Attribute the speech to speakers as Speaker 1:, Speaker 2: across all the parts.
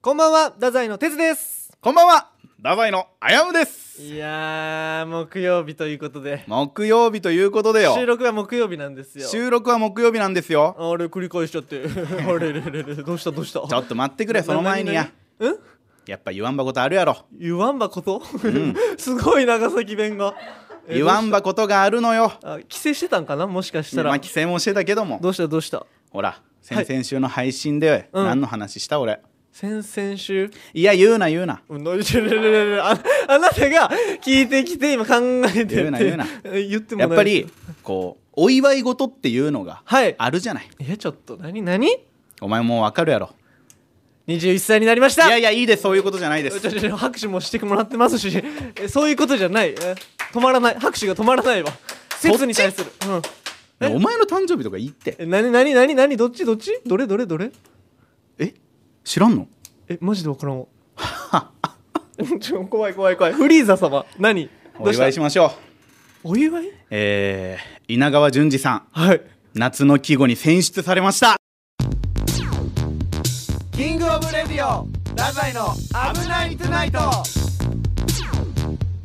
Speaker 1: こんばんは太宰の哲です
Speaker 2: こんばんはダバイのあやむです
Speaker 1: いやー木曜日ということで
Speaker 2: 木曜日ということでよ
Speaker 1: 収録は木曜日なんですよ
Speaker 2: 収録は木曜日なんですよ
Speaker 1: あれ繰り返しちゃってあれれれれどうしたどうした
Speaker 2: ちょっと待ってくれその前にや
Speaker 1: な何何ん
Speaker 2: やっぱ言わんばことあるやろ
Speaker 1: 言わんばこと、すごい長崎弁がえ
Speaker 2: 言わんばことがあるのよ
Speaker 1: あ帰省してたんかなもしかした
Speaker 2: ま
Speaker 1: ら
Speaker 2: あ規制もしてたけども
Speaker 1: どうしたどうした
Speaker 2: ほら
Speaker 1: は
Speaker 2: 先
Speaker 1: い
Speaker 2: 々週の配信で
Speaker 1: うん
Speaker 2: 何の話した俺
Speaker 1: 先々週
Speaker 2: いや言うな言うな
Speaker 1: うんなちょちょちょちょああなたが聞いてきて今考えてて
Speaker 2: 言うな言うな
Speaker 1: え言っても
Speaker 2: や
Speaker 1: な
Speaker 2: っ
Speaker 1: い
Speaker 2: ぱりこうお祝い事っていうのが
Speaker 1: はい
Speaker 2: あるじゃない
Speaker 1: えちょっと何何
Speaker 2: お前もうわかるやろ
Speaker 1: 21歳になりまし
Speaker 2: い
Speaker 1: た
Speaker 2: やいやいいですそういうことじゃないで
Speaker 1: ちょ
Speaker 2: す
Speaker 1: ちょちょ拍手もしてもらってますしえそういうことじゃないえ止まらない拍手が止まらないわ
Speaker 2: っち
Speaker 1: 説に対するうんえ
Speaker 2: お前の誕生日とか言って
Speaker 1: え何何何何どっちどっちどれどれどれ
Speaker 2: え知らんの
Speaker 1: えマジで分からんわ ちょ怖い怖い怖いフリーザ様何ど
Speaker 2: お
Speaker 1: うした
Speaker 2: 祝いしましょう
Speaker 1: お祝い
Speaker 2: えー、稲川淳二さん
Speaker 1: はい
Speaker 2: 夏の季語に選出されました
Speaker 1: キングオブレディオラザイの危ないトゥナイト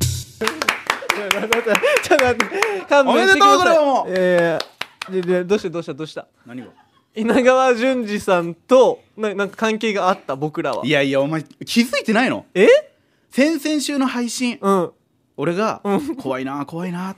Speaker 1: ちょっと待ってちょっと待って勘弁してください
Speaker 2: おめでとうこれはもう
Speaker 1: えー、ででどうしたどうしたどうした
Speaker 2: 何が
Speaker 1: 稲川淳二さんとななんか関係があった僕らはい
Speaker 2: やいやお前気づいてないの
Speaker 1: え
Speaker 2: 先々週の配信
Speaker 1: うん
Speaker 2: 俺が怖いな怖いな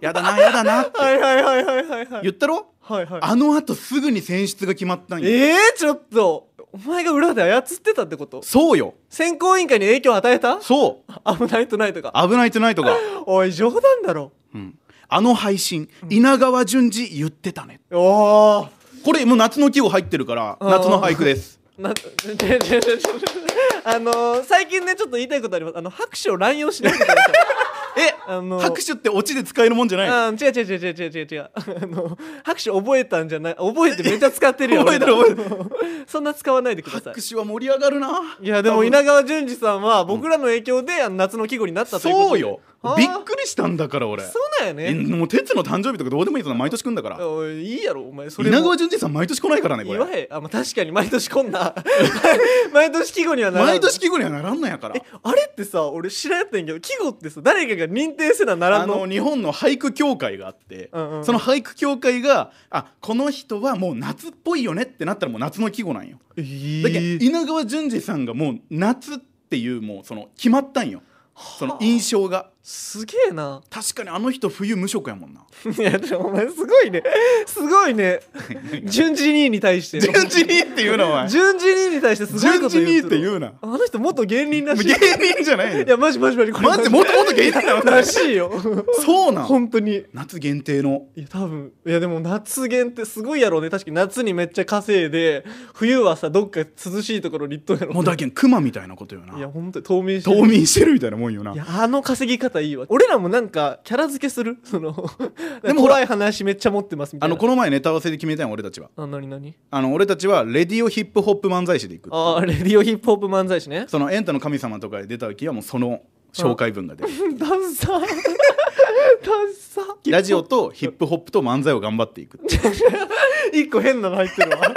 Speaker 2: やだなやだなって
Speaker 1: はいはいはいはいはいはい
Speaker 2: 言ったろ
Speaker 1: はいはい
Speaker 2: あのあとすぐに選出が決まったんよ
Speaker 1: えー、ちょっとお前が裏で操ってたってこと
Speaker 2: そうよ
Speaker 1: 選考委員会に影響を与えた
Speaker 2: そう
Speaker 1: 危ないトゥナイトが
Speaker 2: 危ないトゥナイトが、
Speaker 1: おい冗談だろ
Speaker 2: うん、あの配信稲川淳二言ってたね
Speaker 1: おー
Speaker 2: これもう夏の季語入ってるから
Speaker 1: うん
Speaker 2: 夏の俳句 です
Speaker 1: なあのー、最近ねちょっと言いたいことありますあの拍手を乱用しないでください
Speaker 2: え
Speaker 1: あのー
Speaker 2: 拍手ってオチで使えるもんじゃない
Speaker 1: あー違う違う違う違う違う違うあの拍手覚えたんじゃない覚えてめっちゃ使ってるよ
Speaker 2: 覚えてる
Speaker 1: 俺ら そんな使わないでください
Speaker 2: 拍手は盛り上がるない
Speaker 1: やでも稲川淳二さんは僕らの影響であの夏の季語になったということ
Speaker 2: そう
Speaker 1: で
Speaker 2: よ
Speaker 1: あー
Speaker 2: びっくりしたんだから俺
Speaker 1: そうだよ
Speaker 2: え
Speaker 1: ね
Speaker 2: もう哲の誕生日とかどうでもいいぞ毎年来んだから
Speaker 1: おいいいやろお前それも
Speaker 2: 稲川淳二さん毎年来ないからねこ
Speaker 1: 言
Speaker 2: れ
Speaker 1: わへんあ、まあ、確かに毎年こんな毎年季語にはならない
Speaker 2: 毎年季語にはならんのやから
Speaker 1: えあれってさ俺知らんやったんやけど季語ってさ誰かが認定せななら
Speaker 2: あ
Speaker 1: んの
Speaker 2: の日本の俳句協会があって、
Speaker 1: うんうんうん
Speaker 2: その俳句協会があこの人はもう夏っぽいよねってなったらもう夏の季語なんよ
Speaker 1: えー
Speaker 2: だけど稲川淳二さんがもう夏っていうもうその決まったんよその印象が
Speaker 1: すげえな
Speaker 2: 確かにあの人冬無職やもんない
Speaker 1: やでもお前すごいねすごいね順次兄に対して
Speaker 2: 淳二っていうのは
Speaker 1: 順次兄に対してすごいこと言
Speaker 2: 淳二って
Speaker 1: う
Speaker 2: 言うな
Speaker 1: あの人元芸人らしい
Speaker 2: 芸人じゃない
Speaker 1: い
Speaker 2: の
Speaker 1: やマジマジマジこれ
Speaker 2: マジもっともっと芸人なの
Speaker 1: らしいよ
Speaker 2: そうなん
Speaker 1: 本当に
Speaker 2: 夏限定の
Speaker 1: いや多分いやでも夏限ってすごいやろうね確かに夏にめっちゃ稼いで冬はさどっか涼しいところに行っとんやろ
Speaker 2: もうだけんクマみたいなことよない
Speaker 1: や本当に冬眠してる
Speaker 2: 冬眠してるみたいなもんよない
Speaker 1: やあの稼ぎ方いいわ俺らもなんかキャラ付けする そので
Speaker 2: でも
Speaker 1: も
Speaker 2: ほら
Speaker 1: 怖い話めっちゃ持ってますみた
Speaker 2: あ
Speaker 1: いな
Speaker 2: のこの前ネタ合わせで決めたん俺たちは
Speaker 1: あ何何
Speaker 2: あの俺たちはレディオヒップホップ漫才師でいく
Speaker 1: あーレディオヒップホップ漫才師ね
Speaker 2: その「エンタの神様」とかで出た時はもうその紹介文が 出る
Speaker 1: ダンサー ダンサー
Speaker 2: ラジオとヒップホップと漫才を頑張っていくヒ
Speaker 1: 一個変なの入ってるわ 好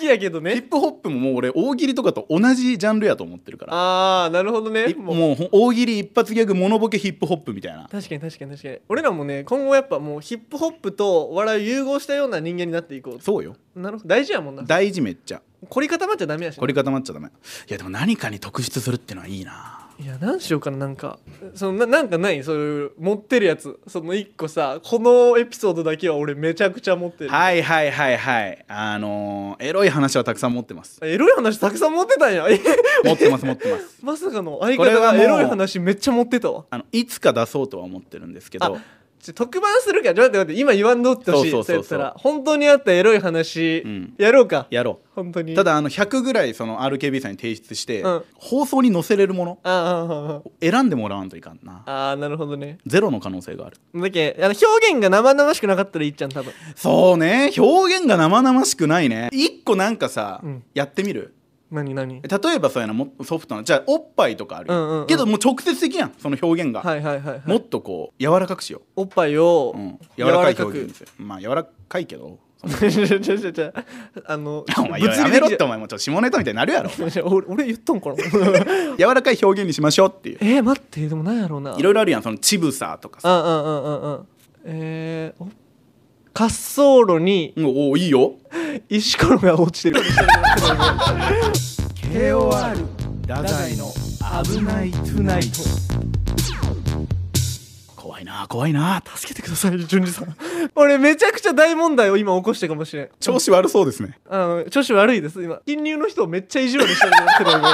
Speaker 1: きやけどね
Speaker 2: ップホップももう俺大喜利とかと同じジャンルやと思ってるから
Speaker 1: ああなるほどね
Speaker 2: いもうほん大喜利一発ギャグモノボケヒップホップみたいな
Speaker 1: 確かに確かに確かに俺らもね今後やっぱもうヒップホップとお笑いを融合したような人間になっていこ
Speaker 2: そうよ
Speaker 1: うなるほど大事やもんな
Speaker 2: 大事めっちゃ
Speaker 1: 凝り固まっちゃダメやしね、
Speaker 2: 凝り固まっちゃダメいやでも何かに特筆するってのはいいない
Speaker 1: や何しようかななんかそのななんかないそういう持ってるやつその一個さこのエピソードだけは俺めちゃくちゃ持ってる、
Speaker 2: はいはいはいはいあのーエロい話はたくさん持ってます
Speaker 1: エロい話たくさん持ってたんやえ
Speaker 2: 持ってます持ってます
Speaker 1: まさかの相
Speaker 2: これ
Speaker 1: 方が
Speaker 2: はもう
Speaker 1: エロい話めっちゃ持ってたわ
Speaker 2: あのいつか出そうとは思ってるんですけど
Speaker 1: あちょ特番するからちょっと待って待って今言わんどってほしい
Speaker 2: そうそうそうそう
Speaker 1: やったら本当にあったエロい話、
Speaker 2: うん
Speaker 1: やろうか
Speaker 2: やろ
Speaker 1: 本当
Speaker 2: う
Speaker 1: に
Speaker 2: ただあの100ぐらいその RKB さんに提出して、
Speaker 1: うん
Speaker 2: 放送に載せれるもの
Speaker 1: ああ
Speaker 2: 選んでもらわんといかんな
Speaker 1: あああなるほどね
Speaker 2: ゼロの可能性がある
Speaker 1: だけあの表現が生々しくなかったらいいっちゃん多分
Speaker 2: そうね表現が生々しくないね一個なんかさ、
Speaker 1: うん
Speaker 2: やってみる
Speaker 1: 何何
Speaker 2: 例えばそうやなもっとソフトなじゃあおっぱいとかあるよ、
Speaker 1: うんうんうん
Speaker 2: けどもう直接的やんその表現が、
Speaker 1: はいはいはい、はい、
Speaker 2: もっとこう柔らかくしよ
Speaker 1: おっぱいを
Speaker 2: う、うん、柔らか
Speaker 1: 柔ら
Speaker 2: い
Speaker 1: か
Speaker 2: 表
Speaker 1: く
Speaker 2: 現にするまあ柔らかいけどそそ れ
Speaker 1: ちょちょちょちょあの
Speaker 2: お前やめろってお前もうちょっと下ネタみたいになる やろ
Speaker 1: 俺俺言っとんかな
Speaker 2: 柔らかい表現にしましょうっていう
Speaker 1: えー、待ってでもなんやろうない
Speaker 2: ろいろあるやんそのちぶさとかさ
Speaker 1: うんうんうんうんうんえー、お滑走路に
Speaker 2: うんおおいいよ
Speaker 1: 石ころが落ち てる
Speaker 2: KOR 太宰の危ないトゥナイト怖いな怖いな
Speaker 1: 助けてください淳二さん俺めちゃくちゃ大問題を今起こしてるかもしれん
Speaker 2: 調子悪そうですね
Speaker 1: あの調子悪いです今金融の人をめっちゃ意地悪してると思ってる ので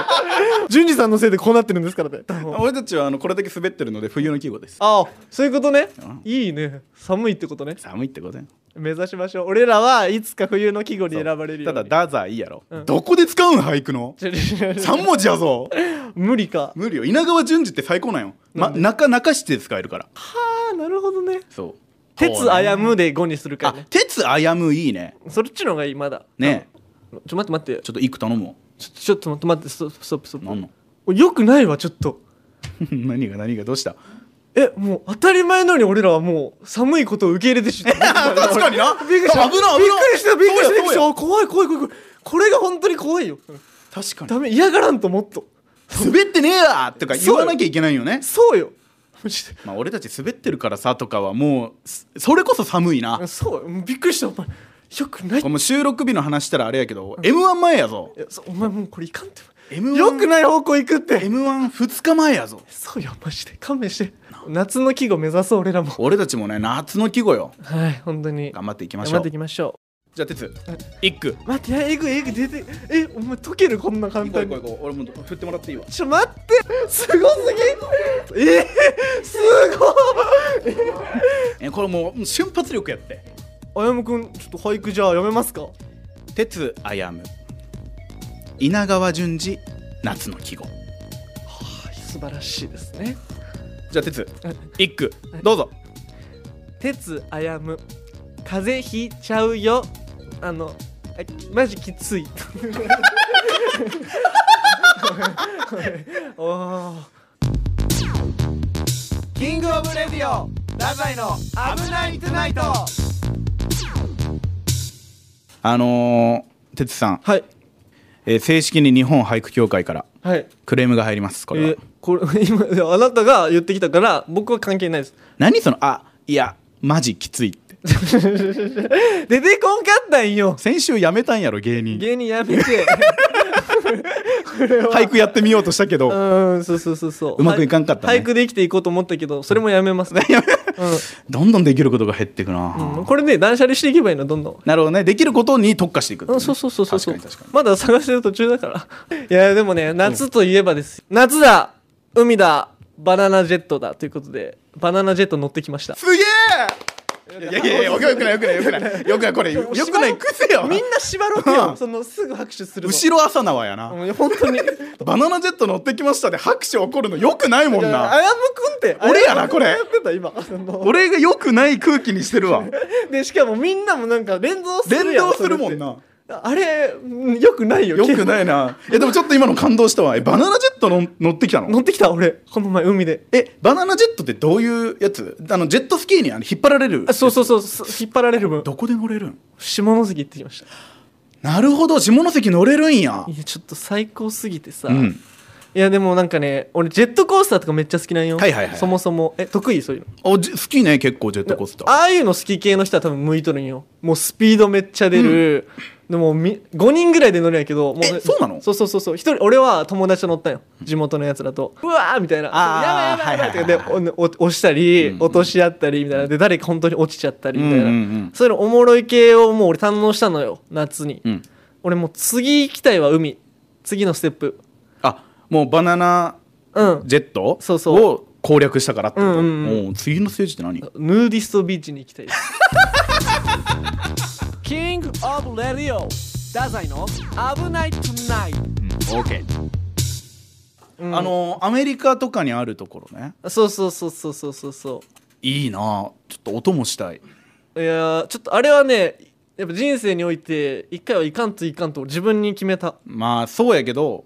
Speaker 1: 淳二さんのせいでこうなってるんですからね
Speaker 2: 俺たちはあのこれだけ滑ってるので冬の季語です
Speaker 1: ああそういうことね
Speaker 2: うん
Speaker 1: いいね寒いってことね
Speaker 2: 寒いってことや
Speaker 1: 目指しましょう俺らはいつか冬の季語に選ばれるよ
Speaker 2: た
Speaker 1: うに
Speaker 2: だ太宰やろ、
Speaker 1: うん
Speaker 2: どこで使うん俳句 の
Speaker 1: ちょちょちょ
Speaker 2: 3文字やぞ
Speaker 1: 無理か
Speaker 2: 無理よ稲川淳二って最高なんよ、ま、中中して使えるから
Speaker 1: はあなるほどね
Speaker 2: そう
Speaker 1: 「鉄あやむ」で5にするから
Speaker 2: あ
Speaker 1: ね
Speaker 2: 鉄あやむいいね
Speaker 1: そっちの方がいいまだ
Speaker 2: ねえ
Speaker 1: ちょっと待って待って
Speaker 2: ちょっと一句頼むわ
Speaker 1: ちょちょっと待って待ってストップストップスト
Speaker 2: なん
Speaker 1: ッ
Speaker 2: の
Speaker 1: プよくないわちょっと
Speaker 2: 何が何がど うした
Speaker 1: えもう当たり前のように俺らはもう寒いことを受け入れてし
Speaker 2: 確かにな
Speaker 1: びっくりした
Speaker 2: 危ない
Speaker 1: びっくりしたびっくりしたびっくりし
Speaker 2: そう
Speaker 1: た怖い怖い怖い怖いこれが本当に怖いよ
Speaker 2: 確か
Speaker 1: ダメ嫌がらんともっと
Speaker 2: に滑ってねえやとか言わなきゃいけないよね
Speaker 1: そうよマジで
Speaker 2: まあ俺たち滑ってるからさとかはもうすそれこそ寒いな
Speaker 1: そうよもうびっくりしたお前よくない
Speaker 2: これもう収録日の話したらあれやけど m 1前やぞ
Speaker 1: いやそうお前もうこれいかんって
Speaker 2: m
Speaker 1: よく
Speaker 2: 1
Speaker 1: ない方向行くって
Speaker 2: m 1 2日前やぞ
Speaker 1: そうよマジで勘弁して夏の季語目指そう俺らも
Speaker 2: 俺たちもね夏の季語よ
Speaker 1: はい本当に頑
Speaker 2: 頑張っていきまし
Speaker 1: 張
Speaker 2: ょ
Speaker 1: って
Speaker 2: う
Speaker 1: いきましょ
Speaker 2: じゃあ哲一句
Speaker 1: う待ってえぐいえぐい出てえお前溶けるこんな簡単に
Speaker 2: 行こう俺も振ってもらっていいわ
Speaker 1: ちょ待ってすごすぎえー、すごい
Speaker 2: えこれもう瞬発力やって
Speaker 1: あやむくんちょっと俳句じゃあ読めますか
Speaker 2: 鉄あやむ稲川淳二夏の季語
Speaker 1: 素晴らしいですね
Speaker 2: じゃあ鉄
Speaker 1: はい
Speaker 2: 一句
Speaker 1: はい
Speaker 2: どうぞ
Speaker 1: 鉄あやむ風邪ひいちゃうよあのあきマジきついお お
Speaker 2: キングオブレディオダザイの危ないトゥナイトあのー、哲さん、
Speaker 1: はい
Speaker 2: えー正式に日本俳句協会から
Speaker 1: はい
Speaker 2: クレームが入りますこれは、
Speaker 1: えこれ今いやあなたが言ってきたから僕は関係ないです
Speaker 2: 何そのあいやマジきついって
Speaker 1: 出てこんかったんよ
Speaker 2: 先週やめたんやろ芸人
Speaker 1: 芸人やめてこれは
Speaker 2: 俳句やってみようとしたけど、
Speaker 1: うんそうそうそうそう
Speaker 2: うまくいかんかったね
Speaker 1: 俳句で生きていこうと思ったけどそれもやめます
Speaker 2: どんどんできることが減っていくな、
Speaker 1: うんうんこれね断捨離していけばいいのどんどん
Speaker 2: なるほどねできることに特化していくって
Speaker 1: う
Speaker 2: ね
Speaker 1: ん、そうそうそうそうそう
Speaker 2: 確かに確か
Speaker 1: まだ探してる途中だからいやでもね夏といえばです、夏だ海だバナナジェットだということでバナナジェット乗ってきました
Speaker 2: にすげえいやいやいやよくないよくないよくないよくないこれよくない癖よ
Speaker 1: みんな縛ろうよ、
Speaker 2: うん
Speaker 1: そのすぐ拍手するの
Speaker 2: 後ろ朝縄やな、
Speaker 1: もう本当に
Speaker 2: バナナジェット乗ってきましたで拍手起こるのよくないもん
Speaker 1: いや
Speaker 2: な
Speaker 1: あやむくんって
Speaker 2: 俺やなこれ
Speaker 1: あむくんがやってた今その
Speaker 2: 俺がよくない空気にしてるわ
Speaker 1: でしかもみんなもなんか連動するやん
Speaker 2: 連動するも
Speaker 1: そ
Speaker 2: んな
Speaker 1: れってあれよくないよ
Speaker 2: よくないいなえでもちょっと今の感動したわえバナナジェットの乗ってきたの
Speaker 1: 乗ってきた俺この前海で
Speaker 2: えバナナジェットってどういうやつあのジェットスキーにあの引っ張られる
Speaker 1: あそうそうそうそう引っ張られる分
Speaker 2: どこで乗れるん
Speaker 1: 下関行ってきました
Speaker 2: なるほど下関乗れるんや
Speaker 1: いやちょっと最高すぎてさ、
Speaker 2: うん
Speaker 1: いやでもなんかね俺ジェットコースターとかめっちゃ好きなんよ、
Speaker 2: はいはいはい
Speaker 1: そもそもえ得意そういうの
Speaker 2: おじ好きね結構ジェットコースター
Speaker 1: ああいうの好き系の人は多分向いとるんよもうスピードめっちゃ出る、でもみ5人ぐらいで乗るんやけども
Speaker 2: えそうなの
Speaker 1: そうそうそうそう一人俺は友達と乗ったんよ地元のやつらとうわーみたいな
Speaker 2: あー
Speaker 1: やばいやばいやばいとか
Speaker 2: は
Speaker 1: でおお押したり、
Speaker 2: うんうん
Speaker 1: 落とし合ったりみたいなで誰か本当に落ちちゃったりみたいな、
Speaker 2: うんうんうん
Speaker 1: そういうのおもろい系をもう俺堪能したのよ夏に、
Speaker 2: うん
Speaker 1: 俺もう次行きたいわ海次のステップ
Speaker 2: あもうバナナ
Speaker 1: うん
Speaker 2: ジェット
Speaker 1: そうそう
Speaker 2: を攻略したからってこと、
Speaker 1: うんうんう
Speaker 2: もう次のステージって何
Speaker 1: ヌーディストビーチに行きたいです キングオブレディオダザイの危ないトゥナイト、
Speaker 2: オーケー
Speaker 1: うん
Speaker 2: あのアメリカとかにあるところね
Speaker 1: そうそうそうそうそうそうそ
Speaker 2: いいなあちょっと音もしたいう
Speaker 1: いやーちょっとあれはねやっぱ人生において一回はいかんといかんと自分に決めた
Speaker 2: まあそうやけど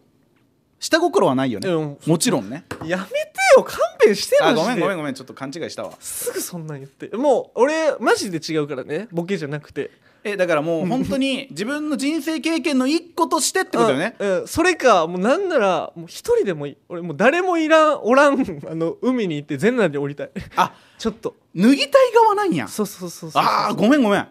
Speaker 2: 下心はないよね、
Speaker 1: うん
Speaker 2: もちろんね
Speaker 1: やめてよ勘弁して
Speaker 2: あ
Speaker 1: マジで
Speaker 2: ごめんごめんごめんちょっと勘違いしたわ
Speaker 1: すぐそんなん言ってもう俺マジで違うからねボケじゃなくて
Speaker 2: えだからもう本当に自分の人生経験の一個としてってことよね
Speaker 1: うん、うんそれかもうなんならもう一人でもいい俺もう誰もいらんおらんあの海に行って全裸で降りたい
Speaker 2: あ
Speaker 1: ちょっと
Speaker 2: 脱ぎたい側なんや
Speaker 1: そうそうそうそう
Speaker 2: ああごめんごめん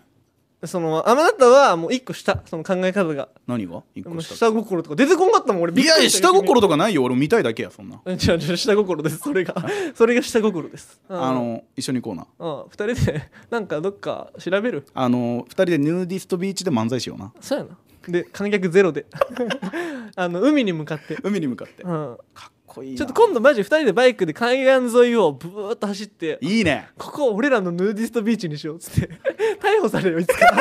Speaker 1: そのあなたはもう一個下その考え方が
Speaker 2: 何が一
Speaker 1: も
Speaker 2: 個
Speaker 1: う
Speaker 2: 下
Speaker 1: 下心とか出てこんかったもん俺びっ
Speaker 2: い
Speaker 1: く
Speaker 2: や
Speaker 1: りした
Speaker 2: 下
Speaker 1: よ
Speaker 2: 心とかないよ俺見たいだけやそんな
Speaker 1: 君違う違う下心ですそれ がそれが下心です
Speaker 2: あの一緒に行こうな
Speaker 1: うん二人でなんかどっか調べる
Speaker 2: あの二人でヌーディストビーチで漫才しような
Speaker 1: そうやなで観客ゼロで あの海に向かって、
Speaker 2: 海に向かって
Speaker 1: うん、
Speaker 2: かっこいいな
Speaker 1: ちょっと今度マジ2人でバイクで海岸沿いをブーッと走って
Speaker 2: いいね
Speaker 1: ここ俺らのヌーディストビーチにしようっつって 逮捕されるよ いつか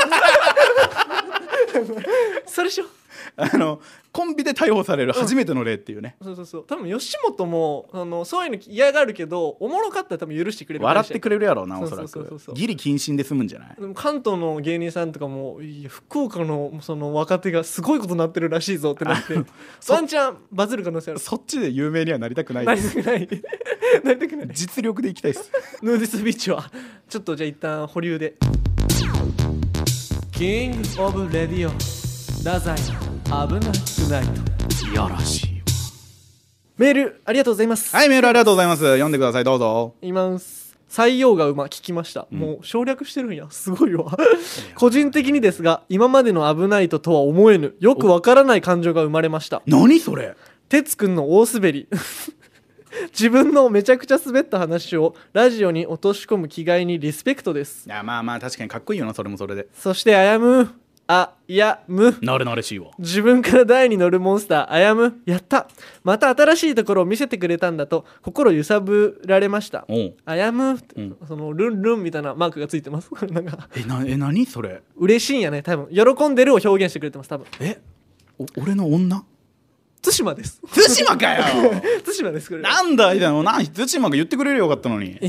Speaker 1: それしよう
Speaker 2: あのコンビで逮捕される初めての例っていうね、
Speaker 1: そうそうそう多分吉本もあのそういうの嫌がるけどおもろかったら多分許してくれる
Speaker 2: 笑って
Speaker 1: れ
Speaker 2: くれるやろうな
Speaker 1: そ
Speaker 2: お
Speaker 1: うそ
Speaker 2: そうら
Speaker 1: そうそう
Speaker 2: くギリ謹慎で済むんじゃない
Speaker 1: でも関東の芸人さんとかもいや福岡のその若手がすごいことになってるらしいぞってなって ワンチャンバズる可能性ある
Speaker 2: そっちで有名にはなりたくない
Speaker 1: な
Speaker 2: で
Speaker 1: り
Speaker 2: す
Speaker 1: たくない なりたくない
Speaker 2: 実力でいきたいです
Speaker 1: ヌーディストビーチはちょっとじゃあ一旦保留でキングオブレディオ太宰危なくないと
Speaker 2: いやらしい
Speaker 1: メールありがとうございます、
Speaker 2: はいメールありがとうございます読んでくださいどうぞ
Speaker 1: います採用が馬聞きました、もう省略してるんや すごいわ個人的にですが今までの危ないととは思えぬよくわからない感情が生まれました
Speaker 2: 何それ
Speaker 1: 哲くんの大滑り 自分のめちゃくちゃ滑った話をラジオに落とし込む気概にリスペクトです
Speaker 2: いやまあまあ確かにかっこいいよなそれもそれで
Speaker 1: そしてあやむあやむ
Speaker 2: なれなれしいわ
Speaker 1: 自分から台に乗るモンスターあやむやったまた新しいところを見せてくれたんだと心揺さぶられました
Speaker 2: おう
Speaker 1: あやむ、
Speaker 2: ん
Speaker 1: そのルンルンみたいなマークがついてます なんか
Speaker 2: えなえ何それ
Speaker 1: 嬉しいんやね多分喜んでるを表現してくれてます多分
Speaker 2: えお俺の女
Speaker 1: 対馬です
Speaker 2: 対馬かよ
Speaker 1: 対馬ですこれは
Speaker 2: なんだいだのな対馬が言ってくれればよかったのにい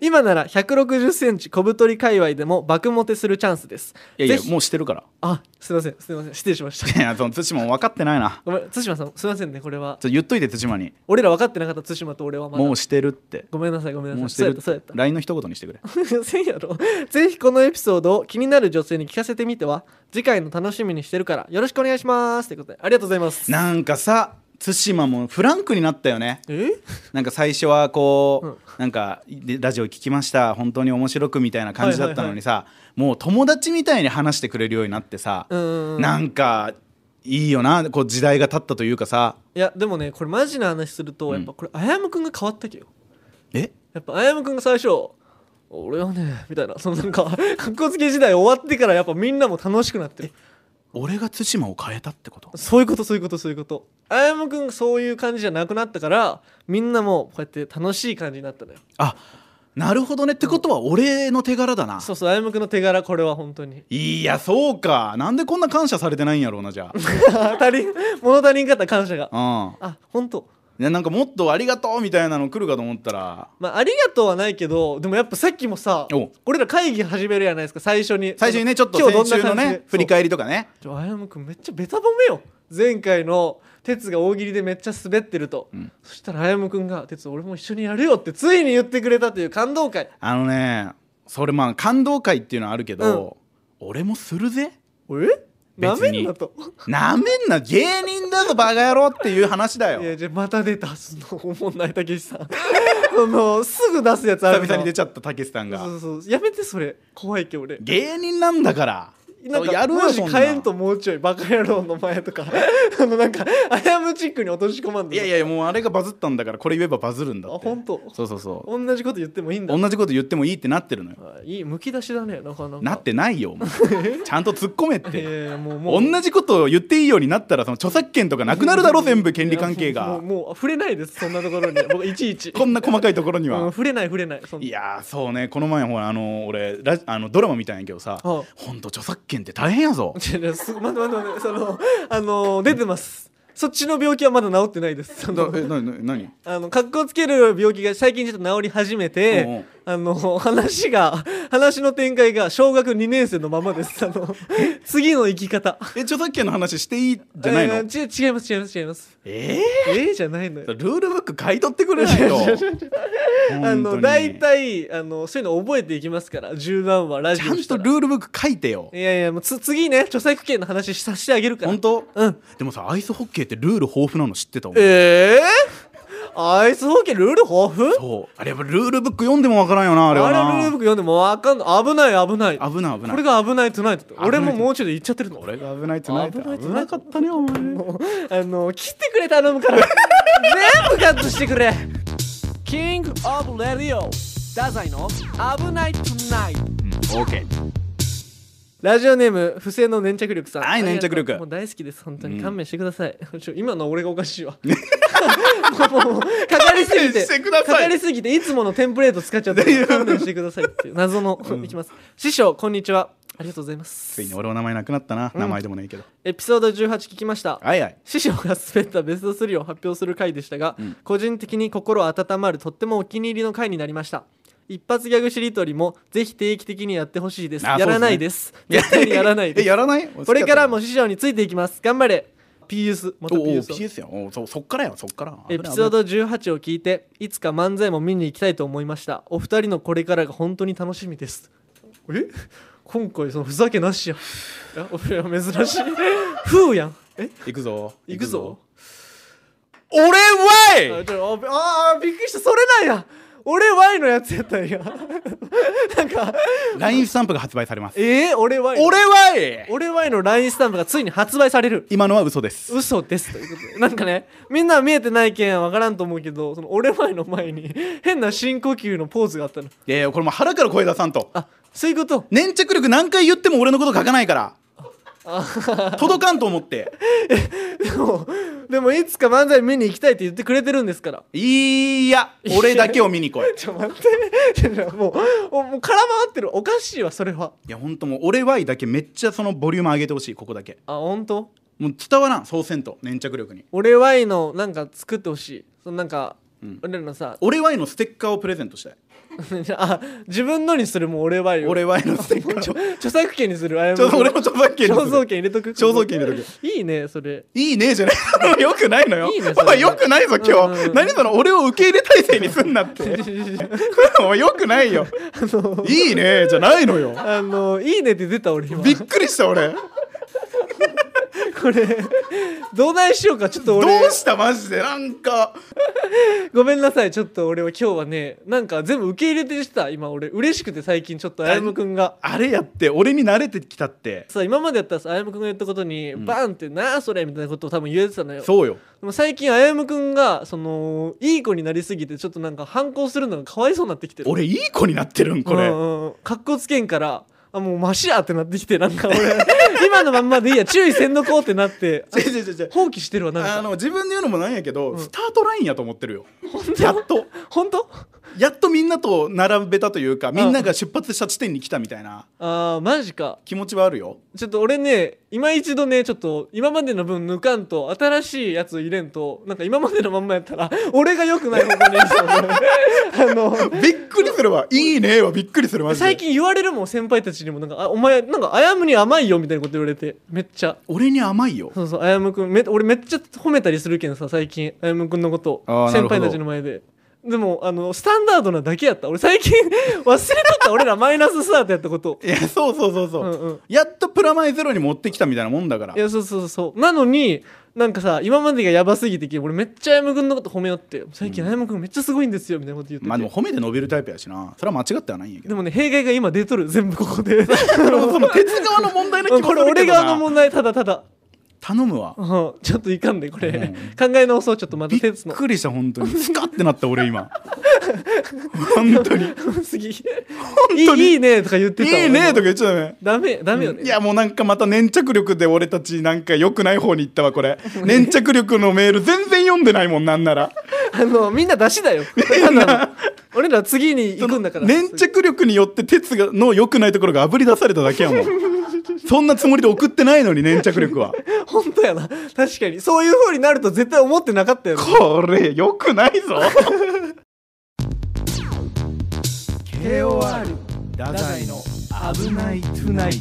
Speaker 1: 今なら1 6 0ンチ小太り界隈でも爆モテするチャンスです
Speaker 2: やいや
Speaker 1: ぜひ
Speaker 2: もうしてるから
Speaker 1: あすいませんすいません失礼しました
Speaker 2: いやその対馬も分かってないな
Speaker 1: ごめん対馬さんすいませんねこれは
Speaker 2: ちょ言っといて対馬に
Speaker 1: 俺ら分かってなかった対馬と俺はまだ
Speaker 2: もうしてるって
Speaker 1: ごめんなさいごめん
Speaker 2: も
Speaker 1: な
Speaker 2: うし
Speaker 1: さい
Speaker 2: て
Speaker 1: そうやったそう
Speaker 2: る
Speaker 1: やった
Speaker 2: ラインの一言にしてくれ
Speaker 1: せんやろぜひこのエピソードを気になる女性に聞かせてみては次回の楽しみにしてるからよろしくお願いしますということでありがとうございます
Speaker 2: なんかさ対馬もフランクになったよね
Speaker 1: え
Speaker 2: なんか最初はこう、
Speaker 1: うん
Speaker 2: なんかでラジオ聞きました本当に面白くみたいな感じだったのにさ、もう友達みたいに話してくれるようになってさ、
Speaker 1: うんうんうん
Speaker 2: なんかいいよなこう時代が経ったというかさ
Speaker 1: いやでもねこれマジな話すると、
Speaker 2: うん
Speaker 1: やっぱこれあやむくんが変わったけよ
Speaker 2: え
Speaker 1: やっぱあやむくんが最初俺はねみたいなそのなんかかっこつけ時代終わってからやっぱみんなも楽しくなってる
Speaker 2: 俺が対馬を変えたってこと
Speaker 1: そういうことそういうことそういうことあやむくんがそういう感じじゃなくなったからみんなもこうやって楽しい感じになったのよ
Speaker 2: あなるほどねってことは俺の手柄だな
Speaker 1: そうそうあやむくんの手柄これは本当に
Speaker 2: いやそうかなんでこんな感謝されてないんやろうな じゃ
Speaker 1: 足りん物足りんかった感謝が
Speaker 2: あうん
Speaker 1: あ本当
Speaker 2: ねなんかもっとありがとうみたいなの来るかと思ったら
Speaker 1: まあありがとうはないけどでもやっぱさっきもさ
Speaker 2: お
Speaker 1: 俺ら会議始めるじゃないですか最初に
Speaker 2: 最初にねちょっと
Speaker 1: 今日どん
Speaker 2: 先
Speaker 1: な
Speaker 2: 週の
Speaker 1: 感じ
Speaker 2: ね
Speaker 1: で
Speaker 2: 振り返りとかね
Speaker 1: ちょあやむくんめっちゃベタ褒めよ前回の哲が大喜利でめっちゃ滑ってると、
Speaker 2: ん
Speaker 1: そしたらあやむくんが「哲俺も一緒にやるよ」ってついに言ってくれたという感動会
Speaker 2: あのねそれまあ感動会っていうのはあるけど、俺もするぜ
Speaker 1: えな
Speaker 2: 別
Speaker 1: めん
Speaker 2: に
Speaker 1: なと
Speaker 2: なめんな芸人だぞバカ野郎っていう話だよ
Speaker 1: い
Speaker 2: 久
Speaker 1: やじゃあまた出たそのおもんないたけしさん そのすぐ出すやつあるの
Speaker 2: 々に出ちゃったたけしさん
Speaker 1: そ
Speaker 2: が
Speaker 1: うそうそうやめてそれ怖いけど俺
Speaker 2: 芸人なんだから
Speaker 1: なんか
Speaker 2: やるよ
Speaker 1: 文字
Speaker 2: そんな
Speaker 1: 変えんともうちょいバカ野郎の前とか あのなんかあやむチックに落とし込まんで
Speaker 2: いやいやもうあれがバズったんだからこれ言えばバズるんだ
Speaker 1: あ
Speaker 2: って
Speaker 1: 本当
Speaker 2: そうそうそう
Speaker 1: 同じこと言ってもいいんだ
Speaker 2: 同じこと言ってもいいってなってるのよ
Speaker 1: あいいむき出しだねなかなか
Speaker 2: なってな いよお前ちゃんと突っ込めって
Speaker 1: えー、もうもう
Speaker 2: 同じことを言っていいようになったらその著作権とかなくなるだろ全部権利関係
Speaker 1: いやもうも
Speaker 2: が
Speaker 1: うもう触れないですそんなとこ ろに僕いちいち
Speaker 2: こんな細かいところに
Speaker 1: うん
Speaker 2: は
Speaker 1: 触れない触れないそんない
Speaker 2: やーそうねこの前ほらあの俺ラジあのドラマ見たんやけどさ
Speaker 1: は
Speaker 2: ほんと著作権って大変や ぞ
Speaker 1: 違う違うす待って待って待ってそのあの出てますそっちの病気はまだ治ってないですそ
Speaker 2: だ
Speaker 1: の
Speaker 2: えなな何
Speaker 1: あの格好つける病気が最近ちょっと治り始めて、
Speaker 2: うんうん
Speaker 1: あの話が話の展開が小学2年生のままですあの次の生き方
Speaker 2: え著作権の話していいじゃないの
Speaker 1: えーち違います違います違います
Speaker 2: え
Speaker 1: えー、じゃないの
Speaker 2: ー
Speaker 1: よ
Speaker 2: ルールブック買い取ってくれないと
Speaker 1: 違う違う違うあ
Speaker 2: 本当
Speaker 1: の
Speaker 2: に
Speaker 1: 大体あのそういうの覚えていきますから十何話ラジ
Speaker 2: ちゃ
Speaker 1: オ
Speaker 2: ん
Speaker 1: した
Speaker 2: と
Speaker 1: ら
Speaker 2: ルールブック書いてよ
Speaker 1: いやいやもうつ次ね著作権の話させてあげるから
Speaker 2: 本当
Speaker 1: うん
Speaker 2: でもさアイスホッケーってルール豊富なの知ってたもん
Speaker 1: ええアイスホッケールール豊富
Speaker 2: そうあれやっぱルールブック読んでもわからんよなあ
Speaker 1: あれ
Speaker 2: れはな
Speaker 1: ルールブック読んでもわかんない危ない危ない
Speaker 2: 危ない危ない
Speaker 1: これが危ないトゥナイト
Speaker 2: ない
Speaker 1: 俺ももうちょいで言っちゃってるの
Speaker 2: 俺が危ないってない
Speaker 1: 危ない
Speaker 2: 危
Speaker 1: tonight
Speaker 2: なかったねお前
Speaker 1: あの切ってくれ頼むから 全部カットしてくれキングオブレディオダザイの危ないトゥナイト
Speaker 2: オーケー
Speaker 1: ラジオネーム不正の粘着力さん
Speaker 2: はい粘着力
Speaker 1: ありがとうもう大好きです本当
Speaker 2: うん
Speaker 1: に勘弁してください、ちょ今の俺がおかし いわもうもうかかりすぎ
Speaker 2: 勘弁
Speaker 1: て
Speaker 2: してください
Speaker 1: かかりすぎていつものテンプレート使っちゃって勘弁してくださいっていう謎の、いきます師匠こんにちはありがとうございま
Speaker 2: つ
Speaker 1: す
Speaker 2: いに俺の名前なくなったな名前でもないけど
Speaker 1: エピソード18聞きました
Speaker 2: はいはい
Speaker 1: 師匠が滑ったベスト3を発表する回でしたが、
Speaker 2: うん
Speaker 1: 個人的に心温まるとってもお気に入りの回になりました一発ギャグしりとりもぜひ定期的にやってほしいです
Speaker 2: あ
Speaker 1: やらないです絶対にやらないで
Speaker 2: え
Speaker 1: す
Speaker 2: やらない
Speaker 1: これから
Speaker 2: お
Speaker 1: も師匠についていきます頑張れ PS また
Speaker 2: お
Speaker 1: PS を
Speaker 2: PS やんおうそそっからやんそっから
Speaker 1: エピソード18を聞いていつか漫才も見に行きたいと思いましたお二人のこれからが本当に楽しみですえ今回そのふざけなしやいや俺は珍しいふうやんえ
Speaker 2: いくぞ
Speaker 1: 行くぞ
Speaker 2: 俺
Speaker 1: あ
Speaker 2: は
Speaker 1: ちょあびあーびっくりしたそれなんや俺 Y のやつやったんや なんか
Speaker 2: い LINE スタンプが発売されます
Speaker 1: えー、俺 Y の
Speaker 2: 俺はい
Speaker 1: 俺 Y の LINE スタンプがついに発売される
Speaker 2: 今のは嘘です
Speaker 1: 嘘ですということでなんかねみんなは見えてないけんわからんと思うけどその俺 Y の前に変な深呼吸のポーズがあったの
Speaker 2: いやいやこれもう腹から声出さんと
Speaker 1: あそういうこと
Speaker 2: 粘着力何回言っても俺のこと書かないから届かんと思って
Speaker 1: でもでもいつか漫才見に行きたいって言ってくれてるんですから
Speaker 2: いいや俺だけを見 に来い
Speaker 1: ちょ待ってちょもうもうもう空回ってるおかしいわそれはい
Speaker 2: やほんともう俺はいだけめっちゃそのボリューム上げてほしいここだけ
Speaker 1: あ本当
Speaker 2: もう伝わらんそうせんと粘着力に
Speaker 1: 俺 Y のなんか作ってほしいそのなんか、俺らのさ
Speaker 2: 俺はいのステッカーをプレゼントしたい
Speaker 1: あ自分のにするもう俺 Y を
Speaker 2: 俺はいのステッカー を
Speaker 1: ちょ著作権にするあや
Speaker 2: ちょっと俺も著作権にす
Speaker 1: 肖
Speaker 2: る
Speaker 1: 像権入れとく
Speaker 2: 肖像権入れと
Speaker 1: くいいねそれ
Speaker 2: いい ねじゃないよくないのよ
Speaker 1: いいねそれ
Speaker 2: お前よくないぞ今
Speaker 1: うん
Speaker 2: 日、
Speaker 1: うんうん
Speaker 2: 何その俺を受け入れ体制にすんなって お前よくないよいいねじゃないのよ
Speaker 1: あのいいねって出た俺今
Speaker 2: びっくりした俺
Speaker 1: これどうないしようかちょっと
Speaker 2: ど
Speaker 1: 俺
Speaker 2: うしたマジでなんか
Speaker 1: ごめんなさいちょっと俺は今日はねなんか全部受け入れてした今俺嬉しくて最近ちょっとあやむくんが
Speaker 2: あれやって俺に慣れてきたって
Speaker 1: さ今までやったらさあやむくんが言ったことに、バンってなあそれみたいなことを多分言えてたのよ
Speaker 2: そうよ
Speaker 1: でも最近あやむくんがそのいい子になりすぎてちょっとなんか反抗するのがかわいそうになってきてる
Speaker 2: 俺いい子になってるんこれ、
Speaker 1: うんうん、かっこつけんからあもうマシやってなってきてなんか俺 今のまんまでいいや注意せんのこうってなって
Speaker 2: 違う違う違う違う
Speaker 1: 放棄してるわなんか
Speaker 2: あの自分で言うのもなんやけど、スタートラインやと思ってるよやっと
Speaker 1: 本当
Speaker 2: やっとみんなと並べたというかみんなが出発した地点に来たみたいな
Speaker 1: あーマジか
Speaker 2: 気持ちはあるよ
Speaker 1: ちょっと俺ね今一度ねちょっと今までの分抜かんと新しいやつを入れんとなんか今までのまんまやったら 俺が良くない方向に行きそう であの
Speaker 2: びっくりするわいいねはびっくりするマジで
Speaker 1: 最近言われるもん先輩たちにもなんかあお前なんかあやむに甘いよみたいなこと言われてめっちゃ
Speaker 2: 俺に甘いよ
Speaker 1: そうそうあやむくんめ俺めっちゃ褒めたりするけんさ最近あやむくんのこと
Speaker 2: あーなる
Speaker 1: 先
Speaker 2: ほど
Speaker 1: 輩たちの前ででもあのスタンダードなだけやった俺最近 忘れとった俺らマイナススタートやったこと
Speaker 2: いやそうそうそうそう、
Speaker 1: うんうん
Speaker 2: やっとプラマイゼロに持ってきたみたいなもんだから
Speaker 1: いやそうそうそうなのになんかさ今までがやばすぎてき俺めっちゃあやむくんのこと褒めよって最近あやむくんめっちゃすごいんですよみたいなこと言ってて、
Speaker 2: まあでも褒めて伸びるタイプやしなそれは間違ってはないんやけ
Speaker 1: で
Speaker 2: ど
Speaker 1: もね弊害が今出とる全部ここ で
Speaker 2: でもその鉄側の問題な気もするけ
Speaker 1: こ
Speaker 2: ど
Speaker 1: れ
Speaker 2: な
Speaker 1: 俺側の問題ただただ、
Speaker 2: 頼むわ
Speaker 1: うん、ちょっといかんで、これ、考え直そうちょっとま
Speaker 2: び
Speaker 1: た
Speaker 2: っ
Speaker 1: 鉄の
Speaker 2: くりした本当にスカってなった俺今本当にい
Speaker 1: 次
Speaker 2: 当に
Speaker 1: いいいいねとか言ってたわ
Speaker 2: いねとか言っちゃ
Speaker 1: ダ
Speaker 2: ダメ
Speaker 1: メダメよね、
Speaker 2: いやもうなんかまた粘着力で俺たちなんか良くない方に行ったわ これ粘着力のメール全然読んでないもんなんなら
Speaker 1: あのみんな出しだよただの俺ら次に行くんだから
Speaker 2: 粘着力によって鉄がの良くないところがあぶり出されただけ やもんそんなつもりで送ってないのに粘着力は
Speaker 1: 本当やな確かにそういう風になると絶対思ってなかったよね
Speaker 2: これ良くないぞ
Speaker 1: KOR
Speaker 2: ダ
Speaker 1: ダイ
Speaker 2: の危ないトゥナイト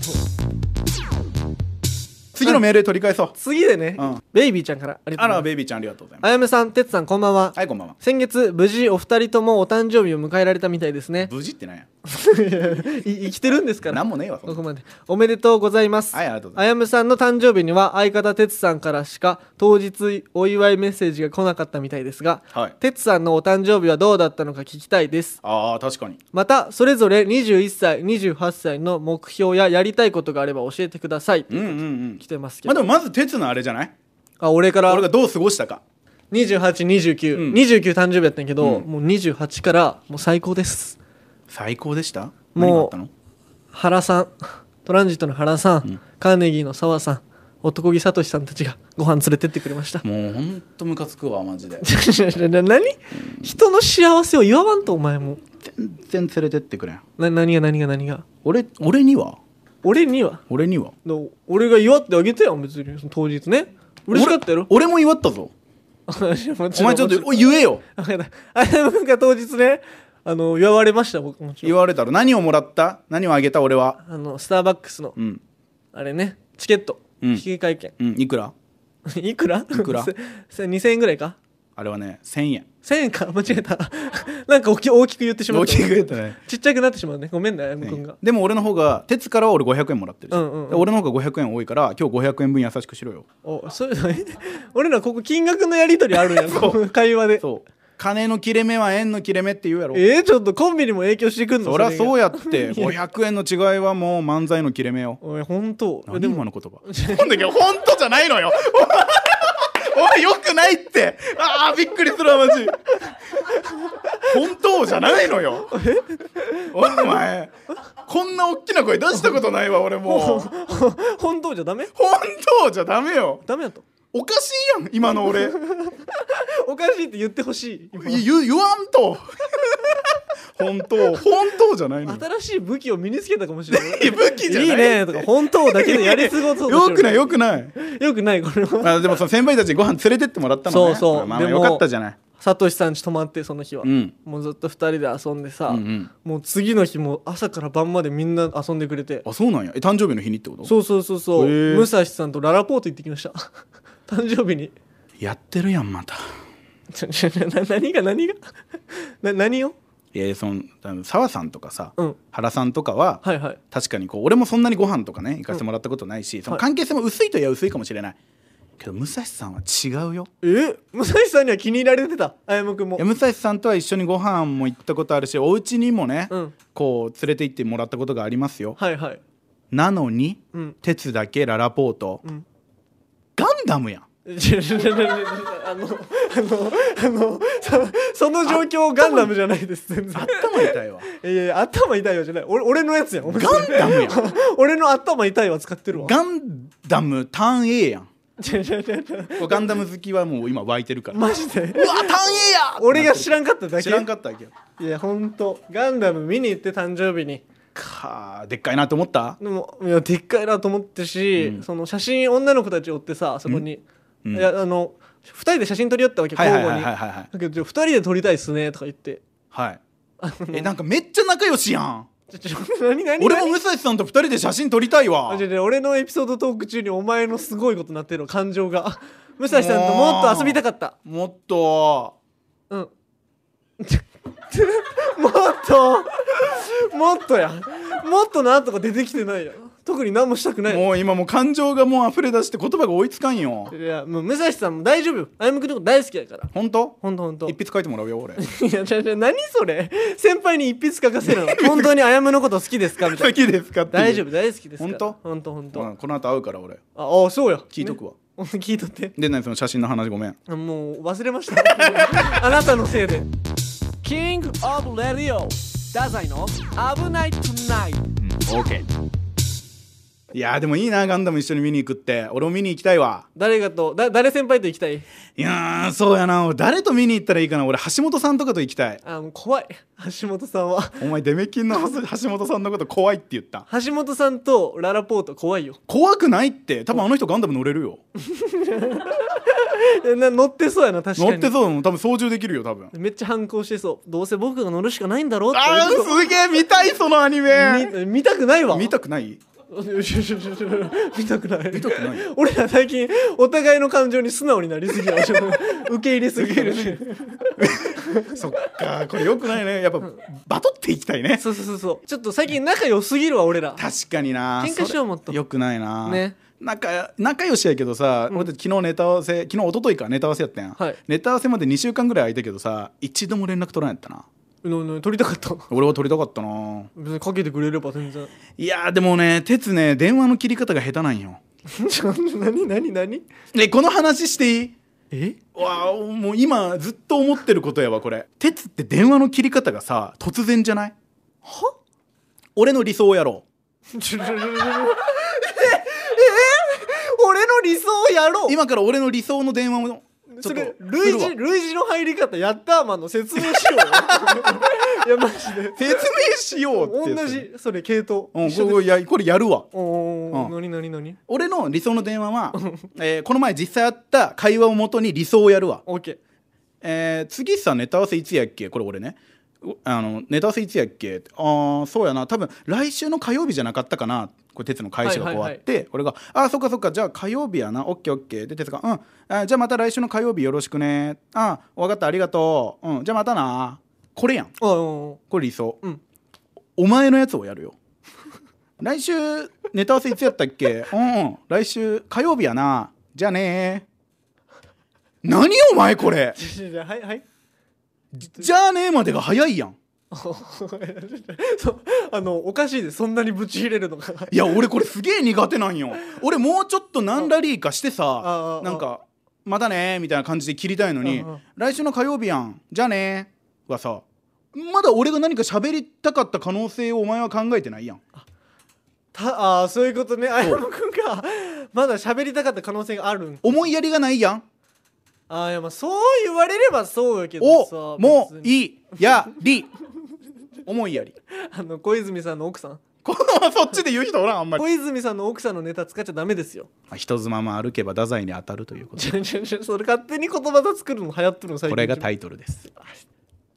Speaker 2: 次のメールで取り返そう
Speaker 1: 次でね、
Speaker 2: うん
Speaker 1: ベイビーちゃんからありがと
Speaker 2: あ
Speaker 1: うございま
Speaker 2: ら
Speaker 1: す
Speaker 2: ベイビーちゃんありがとうございます
Speaker 1: あやめさんてつさんこんばんは、
Speaker 2: はいこんばんは
Speaker 1: 先月無事お二人ともお誕生日を迎えられたみたいです ね
Speaker 2: 無事ってなんや
Speaker 1: い生きてるんですから
Speaker 2: 何もねえわそん
Speaker 1: こ
Speaker 2: な
Speaker 1: こまでおめでとうございます、
Speaker 2: はいありがとうござ
Speaker 1: あ
Speaker 2: い
Speaker 1: やむさんの誕生日には相方てつさんからしか当日お祝いメッセージが来なかったみたいですが
Speaker 2: ますはい
Speaker 1: てつさんのお誕生日はどうだったのか聞きたいです
Speaker 2: あー確かに
Speaker 1: またそれぞれ21歳28歳の目標ややりたいことがあれば教えてください、
Speaker 2: うんうんうん
Speaker 1: 来てますけ
Speaker 2: まあ
Speaker 1: ど、
Speaker 2: でもまず鉄のあれじゃない
Speaker 1: あ俺から
Speaker 2: 俺がどう過ごしたか
Speaker 1: 282929、
Speaker 2: うん
Speaker 1: 29誕生日やったんやけど、
Speaker 2: うん
Speaker 1: もう28からもう最高です
Speaker 2: 最高でした
Speaker 1: もう
Speaker 2: 何があったの
Speaker 1: 原さん トランジットの原さん、
Speaker 2: うん
Speaker 1: カーネギーの澤さん男木聡さんたちがご飯連れてってくれました
Speaker 2: もうほんとムカつくわマジで
Speaker 1: な何人の幸せを祝わんとお前も
Speaker 2: 全然連れてってくれん
Speaker 1: な何が何が何が
Speaker 2: 俺俺には
Speaker 1: 俺には
Speaker 2: 俺には
Speaker 1: の俺が祝ってあげてよ別にその当日ね嬉しかったやろ
Speaker 2: 俺俺も祝ったぞ
Speaker 1: お前ちょっ
Speaker 2: お前ちょっとお言えよ
Speaker 1: あなんか当日ねあの祝われました僕もちろん
Speaker 2: 言われたら何をもらった何をあげた俺は
Speaker 1: あのスターバックスの
Speaker 2: うん
Speaker 1: あれねチケット
Speaker 2: うん
Speaker 1: 引き換え券
Speaker 2: うんいくら
Speaker 1: いくらい
Speaker 2: くら
Speaker 1: 2000円ぐらいか
Speaker 2: あれはね1000円
Speaker 1: 1000円か 間違えたなんか大き大きく言ってしまっ
Speaker 2: 大
Speaker 1: た
Speaker 2: きく言ったね
Speaker 1: ちっちゃくなってしまうねごめんねあやむくんが
Speaker 2: でも俺の方が鉄からは俺500円もらってるし、
Speaker 1: うんうんうん
Speaker 2: で俺の方が500円多いから今日500円分優しくしろよ
Speaker 1: おそう 俺らここ金額のやり取りある やんこの会話で
Speaker 2: そう金の切れ目は円の切れ目って言うやろ
Speaker 1: えー、ちょっとコンビにも影響してくんの
Speaker 2: そりゃそう
Speaker 1: や
Speaker 2: やって500円の違いはもう漫才の切れ目よ
Speaker 1: おい本当
Speaker 2: 何
Speaker 1: で
Speaker 2: 今
Speaker 1: も
Speaker 2: の言葉なんだけど本当じゃないのよお前お前よくないってああびっくりするわマジ本当じゃないのよお前こんな大きな声出したことないわ俺もう
Speaker 1: 本当じゃダメ
Speaker 2: 本当じゃダメよ
Speaker 1: ダメだと
Speaker 2: おかしいやん今の俺い
Speaker 1: おかしいって言ってほしい今
Speaker 2: 言言わんと本当本当じゃないのよ
Speaker 1: 新しい武器を身につけたかもしれない
Speaker 2: いや武器じゃない
Speaker 1: いねとか本当だけでやり過ごそうと
Speaker 2: よくない
Speaker 1: よ
Speaker 2: よくない
Speaker 1: よくないこれは
Speaker 2: あでもその先輩たちにご飯連れてってもらったのね
Speaker 1: そうそう
Speaker 2: まあ、
Speaker 1: で
Speaker 2: まあ
Speaker 1: も
Speaker 2: よかったじゃない
Speaker 1: さとしさんち泊まってその日は、
Speaker 2: うん
Speaker 1: もうずっと2人で遊んでさ、
Speaker 2: うんうん
Speaker 1: もう次の日も朝から晩までみんな遊んでくれて
Speaker 2: あそうなんやえ誕生日の日にってこと
Speaker 1: そうそうそうそう
Speaker 2: へえ
Speaker 1: 武蔵さんとララポート行ってきました 誕生日に
Speaker 2: やってるやんまた
Speaker 1: ちょちょな何が何が な何を
Speaker 2: えそのあの澤さんとかさ、
Speaker 1: うん
Speaker 2: 原さんとかは、
Speaker 1: はいはい
Speaker 2: 確かにこう俺もそんなにご飯とかね行かせてもらったことないし、その関係性も薄いといえば薄いかもしれないけど武蔵さんは違うよ
Speaker 1: え武蔵さんには気に入られてたあやむくんも
Speaker 2: いや武蔵さんとは一緒にご飯も行ったことあるしお家にもね、
Speaker 1: うん
Speaker 2: こう連れて行ってもらったことがありますよ
Speaker 1: はいはい
Speaker 2: なのに、
Speaker 1: うん
Speaker 2: 鉄だけララポート、
Speaker 1: うん
Speaker 2: ガンダムやん
Speaker 1: ちょちょちょちょちょ あのあのあのそその状況ガンダムじゃないです全然
Speaker 2: 頭痛いわ
Speaker 1: いやいや頭痛いわじゃない俺俺のやつやんお前
Speaker 2: ガンダムやん
Speaker 1: 俺の頭痛いは使ってるわ
Speaker 2: ガンダムターン A やん
Speaker 1: ちょちょちょちょ
Speaker 2: こうガンダム好きはもう今湧いてるからうわ
Speaker 1: マジで
Speaker 2: ターン A や
Speaker 1: 俺が知らんかっただけ
Speaker 2: 知らんかったわけよ
Speaker 1: いやほんとガンダム見に行って誕生日に
Speaker 2: かあでっかいなと思った
Speaker 1: でもいやでっかいなと思ってし、
Speaker 2: うん
Speaker 1: その写真女の子たち追ってさそこに、
Speaker 2: うん
Speaker 1: いやあの2人で写真撮り合ったわけ
Speaker 2: は
Speaker 1: 交
Speaker 2: いは
Speaker 1: 互
Speaker 2: い
Speaker 1: に、
Speaker 2: はいはいはいはい
Speaker 1: だけど2人で撮りたいっすねとか言って
Speaker 2: はいえなんかめっちゃ仲良しやん
Speaker 1: ちょちょ 何何
Speaker 2: 俺も
Speaker 1: 何
Speaker 2: 武蔵さんと二人で写真撮りたいわ
Speaker 1: あちょちょ俺のエピソードトーク中にお前のすごいことになってるの感情が武蔵さんともっと遊びたかった
Speaker 2: もっと
Speaker 1: うんもっともっとやもっとなんとか出てきてないや特に何もしたくない
Speaker 2: もう今もう感情がもう溢れ出して言葉が追いつかんよ
Speaker 1: いやもう武蔵さんも大丈夫よ歩夢君のこと大好きやから
Speaker 2: 本当
Speaker 1: ほんとほんと
Speaker 2: 一筆書いてもらう よ俺
Speaker 1: いや、じゃじゃ何それ先輩に一筆書かせるの 本当にあやむのこと好きですかみたい
Speaker 2: 好
Speaker 1: な。
Speaker 2: きですかっていう
Speaker 1: 大丈夫、大好きですから。
Speaker 2: ほんと
Speaker 1: ほんとほんと。
Speaker 2: うんこの後会うから俺
Speaker 1: あ、あ、そうや。
Speaker 2: 聞いとくわ、
Speaker 1: ね。 聞いとって。
Speaker 2: で何その写真の話ごめん
Speaker 1: あもう忘れました。あなた のせいで。キングオブレディオ。ダザイの危ないトゥナイト。
Speaker 2: オーケーいやーでもいいなガンダム一緒に見に行くって俺も見に行きたいわ
Speaker 1: 誰がと、だ、誰先輩と行きたい
Speaker 2: いやーそうやな俺誰と見に行ったらいいかな俺橋本さんとかと行きたい
Speaker 1: あ、もう怖い。橋本さんは。
Speaker 2: お前デメキンのは す橋本さんのこと怖いって言った
Speaker 1: 橋本さんとララポート怖いよ。
Speaker 2: 怖くないって多分あの人ガンダム乗れるよ
Speaker 1: えな乗ってそうやな、確かに。
Speaker 2: 乗ってそうだもん多分操縦できるよ多分
Speaker 1: めっちゃ反抗してそう。どうせ僕が乗るしかないんだろうって
Speaker 2: あ
Speaker 1: いう
Speaker 2: ーすげえ見たいそのアニメ
Speaker 1: み見たくないわ
Speaker 2: 見たくない
Speaker 1: よしよしよしよし 見たくない
Speaker 2: 見たくない
Speaker 1: 俺ら最近お互いの感情に素直になりすぎ や受け入れすぎる
Speaker 2: そっかこれよくないねやっぱバトっていきたいね
Speaker 1: そうそうそうそうちょっと最近仲良すぎるわ俺ら
Speaker 2: 確かにな
Speaker 1: 喧嘩しようもっと
Speaker 2: それよくないな
Speaker 1: ね
Speaker 2: 仲仲良しやけどさ、俺たち昨日ネタ合わせ昨日一昨日かネタ合わせやったやん、
Speaker 1: はい
Speaker 2: ネタ合わせまで2週間ぐらい空いたけどさ一度も連絡取らんやったな
Speaker 1: うのうの取りたかった
Speaker 2: 俺は取りたかったな
Speaker 1: 別にかけてくれれば全然
Speaker 2: いやーでもね鉄ね電話の切り方が下手なんよ
Speaker 1: ちょ何何何
Speaker 2: えこの話していい
Speaker 1: え
Speaker 2: わあもう今ずっと思ってることやわこれ鉄って電話の切り方がさ突然じゃない
Speaker 1: は
Speaker 2: 俺の理想やろ
Speaker 1: ちょちょちょちょええ俺の理想をやろう
Speaker 2: う今から俺の理想の電話をち
Speaker 1: そ
Speaker 2: ょっと
Speaker 1: れ類
Speaker 2: す
Speaker 1: 似
Speaker 2: るわ
Speaker 1: 類似の入り方ヤッターマンの説明しよ うよいやマジで
Speaker 2: 説明しようってやつ
Speaker 1: 同じそれ系統
Speaker 2: うん、
Speaker 1: 一緒
Speaker 2: こ
Speaker 1: です
Speaker 2: れやこれやるわ
Speaker 1: おー
Speaker 2: うん
Speaker 1: 何何何
Speaker 2: 俺の理想の電 話は、えーこの前実際あった会話をもとに理想をやるわ、
Speaker 1: オッケー
Speaker 2: えー次さネタ合わせいつやっけこれ俺ねうあのネタ合わせいつやっけああそうやな多分来週の火曜日じゃなかったかなこれ鉄の会社がこ
Speaker 1: はい
Speaker 2: うあ
Speaker 1: はいはい
Speaker 2: って、俺が「ああそっかそっかじゃあ火曜日やなオッケーオッケー」で鉄が「うんあーじゃあまた来週の火曜日よろしくねああ分かったありがとう、うん、じゃあまたな」これやん
Speaker 1: あー
Speaker 2: これ理想、
Speaker 1: うん
Speaker 2: お前のやつをやるよ 来週ネタ合わせいつやったっ けうんうん来週火曜日やなじゃあねー何お前これ
Speaker 1: ちょちょはいはい
Speaker 2: じゃあねーまでが早いやん
Speaker 1: そうあのおかしいですそんなにぶち入れるのが
Speaker 2: いや俺これすげえ苦手なんよ俺もうちょっと何ラリーかしてさ
Speaker 1: ああ
Speaker 2: なんか「またねー」みたいな感じで切りたいのに
Speaker 1: ああ
Speaker 2: 「来週の火曜日やんじゃあねー」はさまだ俺が何か喋りたかった可能性をお前は考えてないやん
Speaker 1: たあーそういうことね綾野くんがまだ喋りたかった可能性があるん
Speaker 2: 思いやりがないやん
Speaker 1: あーいやまあそう言われればそうやけどさ
Speaker 2: おも
Speaker 1: 別に
Speaker 2: いやり思いやり
Speaker 1: あの小泉さんの奥さん
Speaker 2: このそっちで言う人おらんあんまり
Speaker 1: 小泉さんの奥さんのネタ使っちゃダメですよ
Speaker 2: 人妻も歩けば太宰に当たるということ
Speaker 1: ちょちょちょそれ勝手に言葉が作るの流行ってるの最近
Speaker 2: これがタイトルです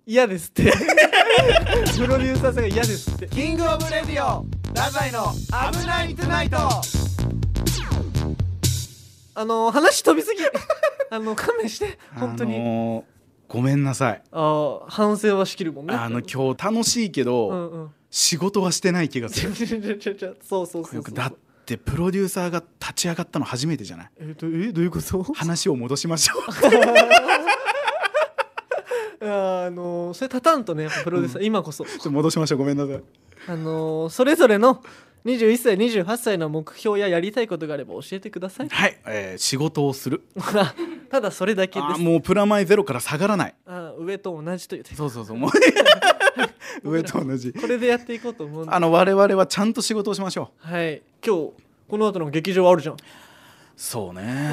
Speaker 1: 嫌ですって プロデューサーさんが嫌ですって
Speaker 2: キングオブレディオ太宰の危ないトゥナイト
Speaker 1: あのー話飛びすぎ あの勘弁して本当に、あ
Speaker 2: にごめんなさい
Speaker 1: ー反省はしきるもんね
Speaker 2: あの今日楽しいけど、
Speaker 1: うん うん
Speaker 2: 仕事はしてない気がす
Speaker 1: ちょちょ
Speaker 2: る
Speaker 1: ちょちょちょそうそうそう
Speaker 2: よ
Speaker 1: そ
Speaker 2: く
Speaker 1: う
Speaker 2: だってプロデューサーが立ち上がったの初めてじゃない
Speaker 1: えっとえどういうこと
Speaker 2: 話を戻しましょう
Speaker 1: あーあのーそれ立たんとねやっぱプロデューサー、今こそ
Speaker 2: ちょっと戻しましょうごめんなさい
Speaker 1: あのーそれぞれの21歳28歳の目標ややりたいことがあれば教えてください
Speaker 2: はい、えー仕事をする
Speaker 1: ただそれだけです
Speaker 2: あーもうプラマイゼロから下がらない
Speaker 1: あー上と同じという点
Speaker 2: そうそうそうも う上と同じ
Speaker 1: これでやっていこうと思うんで
Speaker 2: あの我々はちゃんと仕事をしましょ
Speaker 1: はい今日この後の劇場あるじゃん
Speaker 2: うそうね、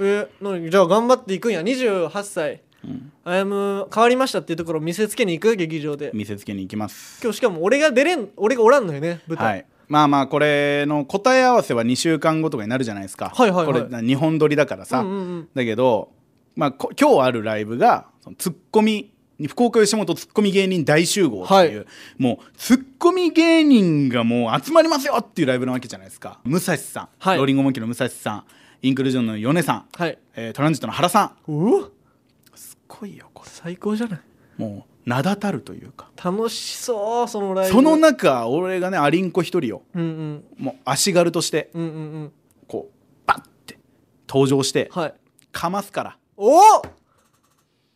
Speaker 1: え何じゃあ頑張っていくんや28歳あやむ変わりましたっていうところを見せつけに行く劇場で
Speaker 2: 見せつけに行きます
Speaker 1: 今日しかも俺が出れん俺がおらんのよね舞
Speaker 2: は
Speaker 1: 台、
Speaker 2: いまあまあこれの答え合わせは2週間後とかになるじゃないですか
Speaker 1: はいはいはい
Speaker 2: これ2本撮りだからさ、
Speaker 1: うんうんうん
Speaker 2: だけど、まあ、こ今日あるライブがそのツッコミ福岡吉本ツッコミ芸人大集合っていう、
Speaker 1: は
Speaker 2: もうツッコミ芸人がもう集まりますよっていうライブなわけじゃないですか武蔵さん、
Speaker 1: はい
Speaker 2: ローリングモンキーの武蔵さんインクルージョンの米さん、
Speaker 1: はい
Speaker 2: えートランジットの原さん
Speaker 1: おお
Speaker 2: すっごいよこれ
Speaker 1: 最高じゃない
Speaker 2: もう名だたるというか
Speaker 1: 楽しそうそのライブ
Speaker 2: その中俺がねアリンコ一人を
Speaker 1: うんうん
Speaker 2: もう足軽として
Speaker 1: うんうんうん
Speaker 2: こうバッて登場して
Speaker 1: はい
Speaker 2: かますから
Speaker 1: おお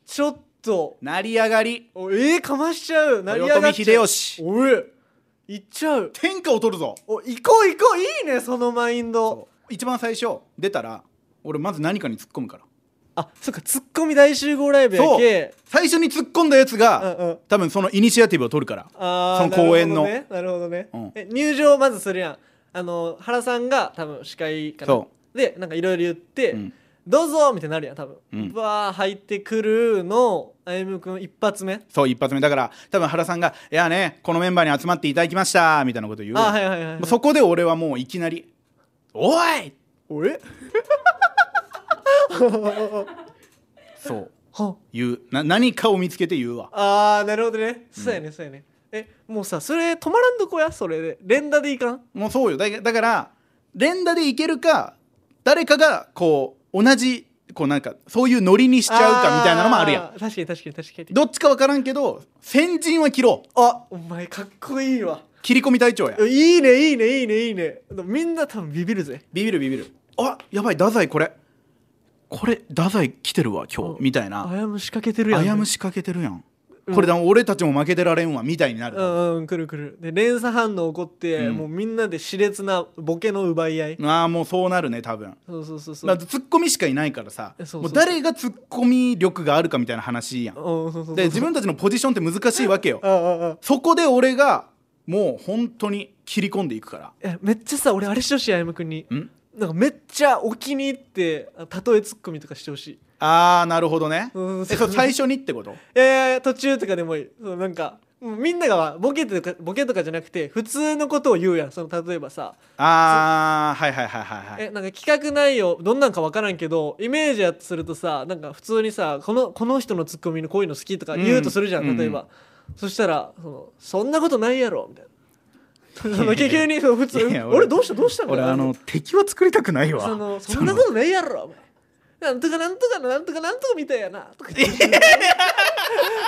Speaker 1: ちょっと
Speaker 2: 成り上がり
Speaker 1: おえー、かましちゃう成り上がっ
Speaker 2: 豊
Speaker 1: ちゃう
Speaker 2: 臣秀吉
Speaker 1: おえ行っちゃう
Speaker 2: 天下を取るぞ
Speaker 1: お行こう行こういいねそのマインド
Speaker 2: 一番最初出たら俺まず何かに突っ込むから
Speaker 1: あそっかツッコミ大集合ライブや
Speaker 2: そう
Speaker 1: け
Speaker 2: 最初に突っ込んだやつが、
Speaker 1: うんうん
Speaker 2: 多分そのイニシアティブを取るから
Speaker 1: あ
Speaker 2: そ
Speaker 1: ー
Speaker 2: の公演の、
Speaker 1: なるほどねなる
Speaker 2: う
Speaker 1: ほどね
Speaker 2: ん
Speaker 1: え入場まずするやんあの原さんが多分司会かな
Speaker 2: そ
Speaker 1: でなんかいろいろ言って、
Speaker 2: うん
Speaker 1: どうぞみたいになるやん多分、
Speaker 2: うん
Speaker 1: わー入ってくるのあゆむくん一発目
Speaker 2: そう一発目だから多分原さんが「いやねこのメンバーに集まっていただきました」みたいなこと言う
Speaker 1: あはいはいはいはい
Speaker 2: もうそこで俺はもういきなり「おい!
Speaker 1: おえ」
Speaker 2: そう
Speaker 1: は
Speaker 2: 言うな何かを見つけて言うわ
Speaker 1: あーなるほどねそうやね、そうやねえもうさそれ止まらんとこやそれで連打でいかん
Speaker 2: もうそうよだだから連打でいけるか誰かがこう同じこうなんかそういうノリにしちゃうかみたいなのもあるやん
Speaker 1: ん確かに確かに確かに
Speaker 2: どっちか分からんけど先陣は切ろう
Speaker 1: あお前かっこいいわ
Speaker 2: 切り込み隊長や
Speaker 1: いいねいいねいいねいいねでもみんな多分ビビるぜ
Speaker 2: ビビるビビるあやばい太宰これこれ太宰来てるわ今
Speaker 1: うん
Speaker 2: 日みたい
Speaker 1: あ
Speaker 2: な
Speaker 1: やむ仕掛けてるやん
Speaker 2: あやむ仕掛けてるやん
Speaker 1: うん
Speaker 2: これだ俺たちも負けてられんわみたいに
Speaker 1: う
Speaker 2: なる
Speaker 1: んうんくるくるで連鎖反応起こって、
Speaker 2: うん
Speaker 1: もうみんなで熾烈なボケの奪い合い、
Speaker 2: ああもうそうなるね多分
Speaker 1: そうそうそうそう
Speaker 2: だってツッコミしかいないからさ
Speaker 1: そうそうそう
Speaker 2: もう誰がツッコミ力があるかみたいな話やん
Speaker 1: うんそうそうそう
Speaker 2: で自分たちのポジションって難しいわけよ
Speaker 1: あああ
Speaker 2: そこで俺がもう本当に切り込んでいくか
Speaker 1: えめっちゃさ俺あれしてほしいあやむくんに
Speaker 2: らん
Speaker 1: なんかめっちゃお気に入ってあ例えツッコミとかしてほしい
Speaker 2: ああなるほどね
Speaker 1: うん
Speaker 2: えそれ最初にってこと
Speaker 1: いやいやいや途中とかでもいいそうなんかもうみんながボケとかボケとかじゃなくて普通のことを言うやんその例えばさ、
Speaker 2: ああはいはいはいはいはい
Speaker 1: えなんか企画内容どんなんか分からんけどイメージやとするとさなんか普通にさこのこの人のツッコミのこういうの好きとか言うとするじゃん、
Speaker 2: うん
Speaker 1: 例えば、そしたらそのそんなことないやろみたいな その急にその普通
Speaker 2: いやいや
Speaker 1: 俺どうしたどうしたみ
Speaker 2: 俺
Speaker 1: たいな
Speaker 2: あの敵は作りたくないわ
Speaker 1: そのそんなことないやろお前なんとかなんとかのなんとかなんとかみたいやなとか言って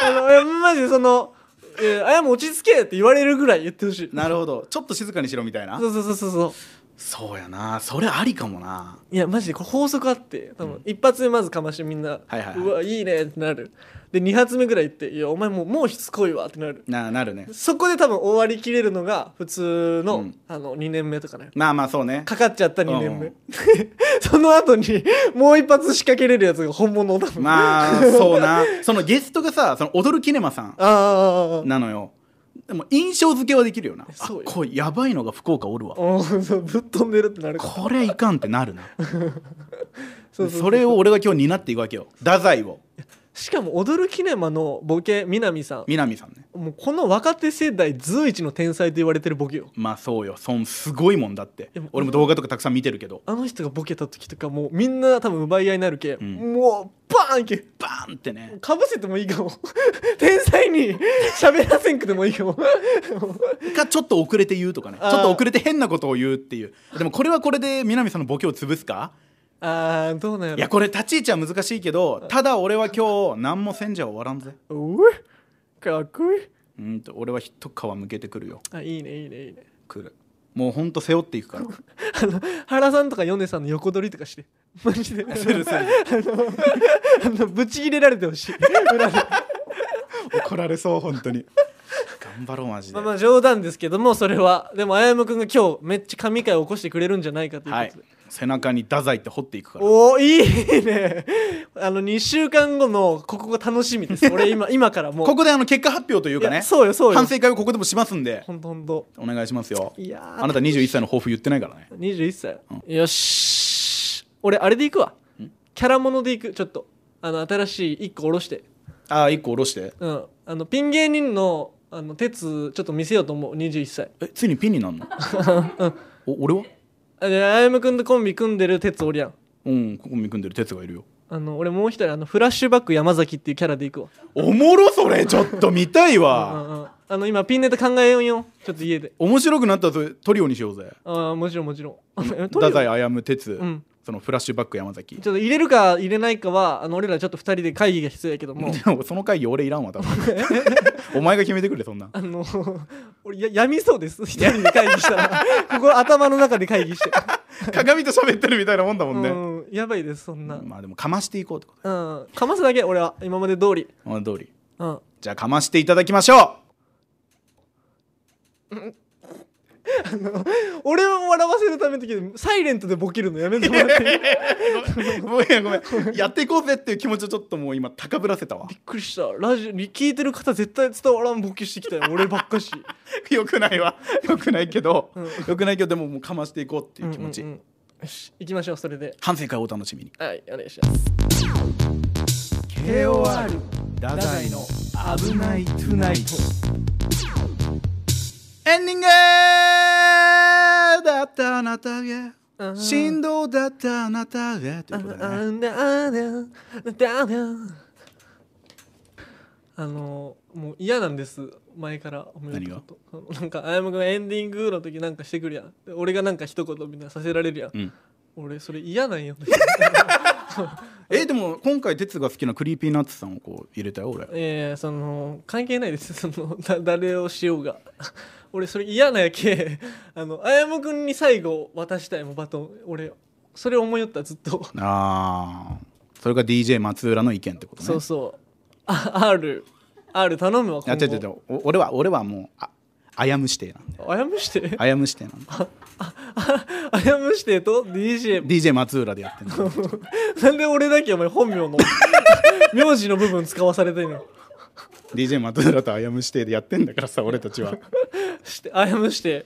Speaker 1: あのいやマジでその「いやあやも落ち着け」って言われるぐらい言ってほしい
Speaker 2: なるほどちょっと静かにしろみたいな
Speaker 1: そうそうそうそうそう
Speaker 2: そうやなそれありかもない
Speaker 1: やマジでこれ法則あって多分、一発目まずかましてみんな「
Speaker 2: はいはいはいう
Speaker 1: わいいね」ってなるで二発目ぐらい言って「いやお前もうもうしつこいわ」ってなる
Speaker 2: ななるね
Speaker 1: そこで多分終わりきれるのが普通の,、
Speaker 2: うん
Speaker 1: あの2年目とかね
Speaker 2: まあまあそうね
Speaker 1: かかっちゃった2年目、
Speaker 2: うん
Speaker 1: その後にもう一発仕掛けれるやつが本物だもん
Speaker 2: まあそうなそのゲストがさその踊るキネマさん
Speaker 1: ああ
Speaker 2: なのよでも印象付けはできるよなあ
Speaker 1: そうよ
Speaker 2: これやばいのが福岡おるわ
Speaker 1: うんそうぶっ飛んでるってなるから
Speaker 2: これいかんって なるな
Speaker 1: そうそう
Speaker 2: それを俺が今日担っていくわけよ太宰を
Speaker 1: しかも踊るキネマのボケ南さん
Speaker 2: 南さんね
Speaker 1: もうこの若手世代随一の天才と言われてるボケよ
Speaker 2: まあそうよそんすごいもんだって
Speaker 1: でも
Speaker 2: 俺も動画とかたくさん見てるけど
Speaker 1: あの人がボケた時とかもうみんな多分奪い合いになるけ、
Speaker 2: ん
Speaker 1: もうバーンいけ
Speaker 2: バーンってね
Speaker 1: かぶせてもいいかも天才に喋らせんくてもいいかも
Speaker 2: かちょっと遅れて言うとかねちょ
Speaker 1: あー
Speaker 2: っと遅れて変なことを言うっていうでもこれはこれで南さんのボケを潰す か
Speaker 1: あーどうなんやろ
Speaker 2: いやこれ立ち位置は難しいけどただ俺は今日何もせんじゃ終わらんぜ
Speaker 1: うえかっこいい
Speaker 2: うんと俺は一皮むけてくるよ
Speaker 1: あいいねいいねいいね
Speaker 2: くるもうほんと背負っていくから
Speaker 1: あの原さんとか米さんの横取りとかしてマジで
Speaker 2: するする
Speaker 1: あのぶち切れられてほしい裏で
Speaker 2: 怒られそう本当に頑張ろうマジ で
Speaker 1: まあまあ冗談ですけどもそれはでもあやむくんが今日めっちゃ神回を起こしてくれるんじゃないかということ
Speaker 2: は
Speaker 1: で、
Speaker 2: い背中に太宰って掘っていくから
Speaker 1: おおいいねあの2週間後のここが楽しみです俺 今今からもう
Speaker 2: ここであの結果発表というか
Speaker 1: い
Speaker 2: ね
Speaker 1: やそうよそうよ
Speaker 2: 反省会をここでもしますんで
Speaker 1: ほんとほんと
Speaker 2: お願いしますよ
Speaker 1: いやー
Speaker 2: あなた21歳の抱負言ってないからね
Speaker 1: 21歳、よし俺あれでいくわキャラものでいくちょっとあの新しい1個下ろして
Speaker 2: ああ1個下ろして
Speaker 1: うんあのピン芸人のあの鉄ちょっと見せようと思う21歳
Speaker 2: えついにピン になんのお俺は
Speaker 1: あであやむくんとコンビ組んでる鉄おりやん
Speaker 2: うんここ見組んでる哲がいるよ
Speaker 1: あの俺もう一人あのフラッシュバック山崎っていうキャラでいくわ
Speaker 2: おもろそれちょっと見たい
Speaker 1: うん
Speaker 2: わ
Speaker 1: うんあの今ピンネタ考えようよちょっと家で
Speaker 2: 面白くなったらそれトリオにしようぜ
Speaker 1: ああもちろんもちろんえトリオ
Speaker 2: 太宰歩哲、
Speaker 1: ん
Speaker 2: そのフラッシュバック山崎
Speaker 1: ちょっと入れるか入れないかはあの俺らちょっと2人で会議が必要やけども
Speaker 2: でもその会議俺いらんわ 多分お前が決めてくれそんなん
Speaker 1: あの 俺ややみそうです1人で会議したら ここ頭の中で会議して、
Speaker 2: 鏡と喋ってるみたいなもんだもんね、
Speaker 1: うん、やばいですそんな、
Speaker 2: まあでもかましていこうってこ
Speaker 1: うん、かますだけ俺は今まで通り、
Speaker 2: とあ通り
Speaker 1: うん、
Speaker 2: じゃあかましていただきましょ
Speaker 1: 俺を笑わせるためだけどサイレントでボケるのやめてもらっていいび
Speaker 2: うごめんごめんやっていこうぜっていう気持ちをちょっともう今高ぶらせ たわ
Speaker 1: っくりしたラジオに聞いてる方絶対伝わらんボケしてきたよ 俺ばっかし
Speaker 2: よくないわよくないけど、よくないけどでももうかましていこうっていう気持ち、
Speaker 1: うんうんうんよし行きましょうそれで
Speaker 2: 反省会をお楽しみに
Speaker 1: はいお願いします
Speaker 2: KOR 太宰の「危ないトゥナイト」エンディングだったあなたが
Speaker 1: うん
Speaker 2: 振動だったあなたがということでね
Speaker 1: あんだあんだあんだあんだあのもう嫌なんです前から思う
Speaker 2: 何
Speaker 1: こ
Speaker 2: が
Speaker 1: とあのなんかあやむくんエンディングの時なんかしてくるやんで俺がなんか一言みんなさせられるやん、
Speaker 2: うん
Speaker 1: 俺それ嫌なんよね
Speaker 2: えでも今回哲が好きなクリーピーナッツさんをこう入れたよ俺
Speaker 1: えー、その関係ないです そのだ誰をしようが 俺それ嫌なやけ あのあやむくんに最後渡したいもんバトン俺それ思いよったずっと、
Speaker 2: ああそれが DJ 松浦の意見ってことね
Speaker 1: そうそうあ R R 頼むわ
Speaker 2: あ
Speaker 1: 今
Speaker 2: 違う違う違
Speaker 1: 後
Speaker 2: うお俺は俺はもうああやむしてなんで
Speaker 1: あやむして
Speaker 2: あやむしてなんで
Speaker 1: あやむしてと DJ
Speaker 2: DJ 松浦でやってん の
Speaker 1: なんで俺だけお前本名の 名字の部分使わされてんの
Speaker 2: DJ 松浦とあやむしてでやってんだからさ俺たちは
Speaker 1: してあやむして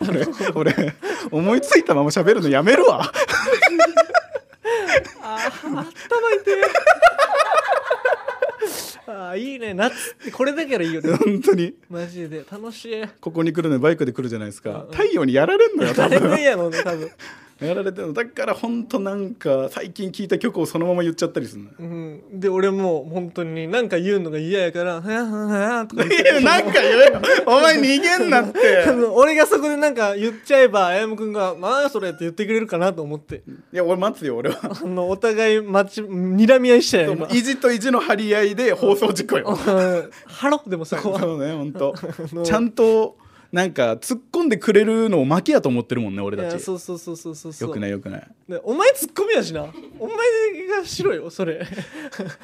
Speaker 2: 俺俺思いついたまま喋るのやめるわ
Speaker 1: 頭痛い ああいいね夏ってこれだからいいよね
Speaker 2: 本当に
Speaker 1: マジで楽しい
Speaker 2: ここに来るのにバイクで来るじゃないですか太陽にやられんのよ多
Speaker 1: 誰も
Speaker 2: 分
Speaker 1: やろうね多分
Speaker 2: やられてるのだから本当なんか最近聞いた曲をそのまま言っちゃったりするのよ
Speaker 1: うん、で俺もう本当に何か言うのが嫌やから「はやはやはや」とか言って
Speaker 2: いやなんか言えよ お前逃げんなっ
Speaker 1: あ
Speaker 2: て
Speaker 1: の俺がそこで何か言っちゃえばあやむくんが「まあそれ」って言ってくれるかなと思って
Speaker 2: いや俺待つよ俺は
Speaker 1: あのお互い待ち睨み合いしたよ今
Speaker 2: 意地と意地の張り合いで放送事故よ
Speaker 1: うんハロでもそこは
Speaker 2: そうね本当ちゃんとなんか突っ込んでくれるのを負けやと思ってるもんね俺
Speaker 1: い
Speaker 2: た
Speaker 1: や
Speaker 2: ち
Speaker 1: そうそうそうそうそうそう
Speaker 2: よくないよくない
Speaker 1: ねお前ツッコミやしなお前がしろよそれ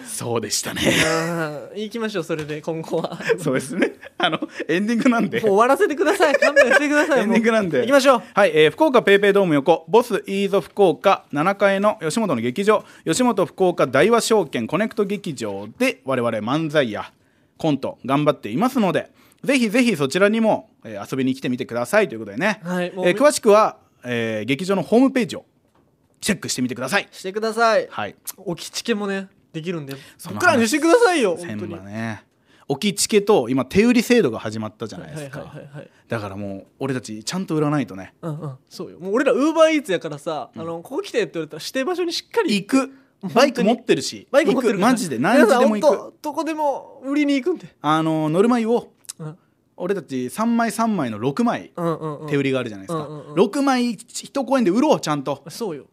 Speaker 2: そうでしたね
Speaker 1: ああ行きましょうそれで今後はも
Speaker 2: そうですねあのエンディングなん
Speaker 1: う
Speaker 2: で
Speaker 1: 終わらせてください勘弁してください
Speaker 2: エンディングなんで
Speaker 1: 行きましょう
Speaker 2: はい、えー福岡ペイペイドーム横ボスイーゾ福岡7階の吉本の劇場吉本福岡大和証券コネクト劇場で我々漫才やコント頑張っていますのでぜひぜひそちらにも、えー遊びに来てみてくださいということでね、
Speaker 1: はいもう
Speaker 2: えー詳しくは、えー劇場のホームページをチェックしてみてください
Speaker 1: してください
Speaker 2: はい
Speaker 1: おきちけもねできるんでそ
Speaker 2: そ
Speaker 1: っ
Speaker 2: の
Speaker 1: からにしてくださいよ本
Speaker 2: 千
Speaker 1: 当に、
Speaker 2: 葉ね置きチケと今手売り制度が始まったじゃないです
Speaker 1: はい
Speaker 2: か
Speaker 1: はいはいはい
Speaker 2: だからもう俺たちちゃんと売らないとね
Speaker 1: うんうんそうよもう俺らウーバーイーツやからさ、あのここ来てって言われたら指定場所にしっかり
Speaker 2: 行くバイク持ってるし
Speaker 1: バイク持ってる
Speaker 2: 行く
Speaker 1: から
Speaker 2: マジで何時でも行
Speaker 1: 皆さん
Speaker 2: く
Speaker 1: 本当どこでも売りに行くんで、
Speaker 2: あのノルマイを
Speaker 1: うん、
Speaker 2: 俺たち3枚3枚の6枚
Speaker 1: うんうんうん
Speaker 2: 手売りがあるじゃないですか、
Speaker 1: うんうんうん
Speaker 2: 6枚1公演で売ろうちゃんと
Speaker 1: そうよ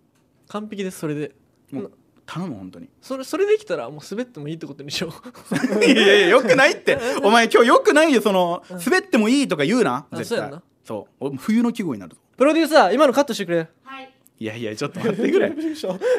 Speaker 1: 完璧ですそれで
Speaker 2: もう頼む本当に
Speaker 1: それそれできたらもう滑ってもいいってことにしよう
Speaker 2: いやいやよくないってお前今日よくないよその滑ってもいいとか言うな
Speaker 1: あ
Speaker 2: 絶
Speaker 1: そうやん
Speaker 2: 対
Speaker 1: な
Speaker 2: そう俺も冬の季語になるぞ
Speaker 1: プロデューサー今のカットしてくれ
Speaker 3: はい。
Speaker 2: いやいやちょっと待 ってくれ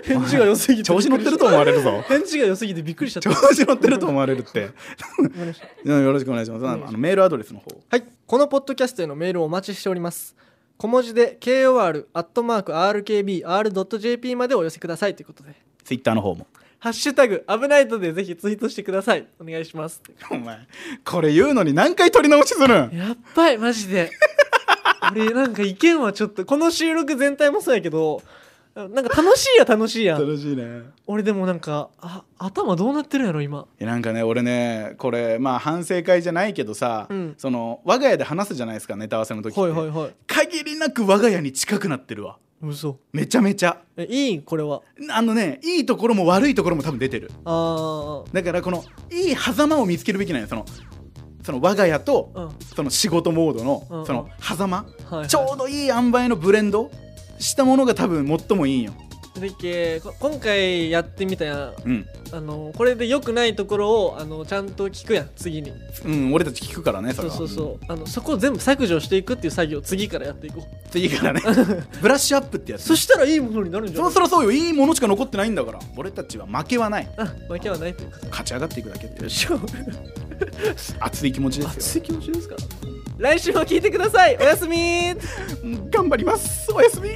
Speaker 1: 返事が良すぎて
Speaker 2: 調子乗ってると思われるぞ
Speaker 1: 返事が良すぎてびっくりしちゃっ
Speaker 2: 調
Speaker 1: た
Speaker 2: 子乗ってると思われるって
Speaker 1: ごめんなさい
Speaker 2: うんよろしくお願いしますあのメールアドレスの方
Speaker 1: はいこのポッドキャストへのメールをお待ちしております小文字で kor.rkbr.jp までお寄せくださいということで
Speaker 2: ツイッターの方も
Speaker 1: ハッシュタグ危ないとでぜひツイートしてくださいお願いします
Speaker 2: お前これ言うのに何回取り直しするん
Speaker 1: やっばいマジで 俺なんか意見はちょっとこの収録全体もそうやけどなんか楽しいや楽しいやん
Speaker 2: 楽しいね
Speaker 1: 俺でもなんかあ頭どうなってるんやろ今
Speaker 2: いやなんかね俺ねこれまあ反省会じゃないけどさ、
Speaker 1: うん
Speaker 2: その我が家で話すじゃないですかネタ合わせの時って、
Speaker 1: はいはいはい
Speaker 2: 限りなく我が家に近くなってるわ
Speaker 1: 嘘
Speaker 2: めちゃめちゃ
Speaker 1: えいいこれは
Speaker 2: あのねいいところも悪いところも多分出てる
Speaker 1: あー
Speaker 2: だからこのいい狭間を見つけるべきなんよそのその我が家と、
Speaker 1: うん
Speaker 2: その仕事モード
Speaker 1: うんうん
Speaker 2: のその狭間、
Speaker 1: はいはい
Speaker 2: ちょうどいい塩梅のブレンドしたものが多分最もいいんよ
Speaker 1: でっけこ今回やってみたやん
Speaker 2: うん、
Speaker 1: あのこれで良くないところをあのちゃんと聞くやん次に
Speaker 2: うん、俺たち聞くからねそ
Speaker 1: そ
Speaker 2: れ
Speaker 1: う
Speaker 2: は
Speaker 1: そうそうあのそこを全部削除していくっていう作業を次からやっていこう
Speaker 2: 次か らねブラッシュアップってやつ
Speaker 1: そしたらいいものになるんじゃ
Speaker 2: そ
Speaker 1: な
Speaker 2: ろ
Speaker 1: い
Speaker 2: そろそうよいいものしか残ってないんだから俺たちは負けはない
Speaker 1: あ負けはないというか
Speaker 2: 勝ち上がっていくだけっていう
Speaker 1: しょ
Speaker 2: 熱い気持ちで
Speaker 1: 熱
Speaker 2: す
Speaker 1: い気持ちですか来週も聞いてくださいおやすみ
Speaker 2: よ頑張りますおやすみ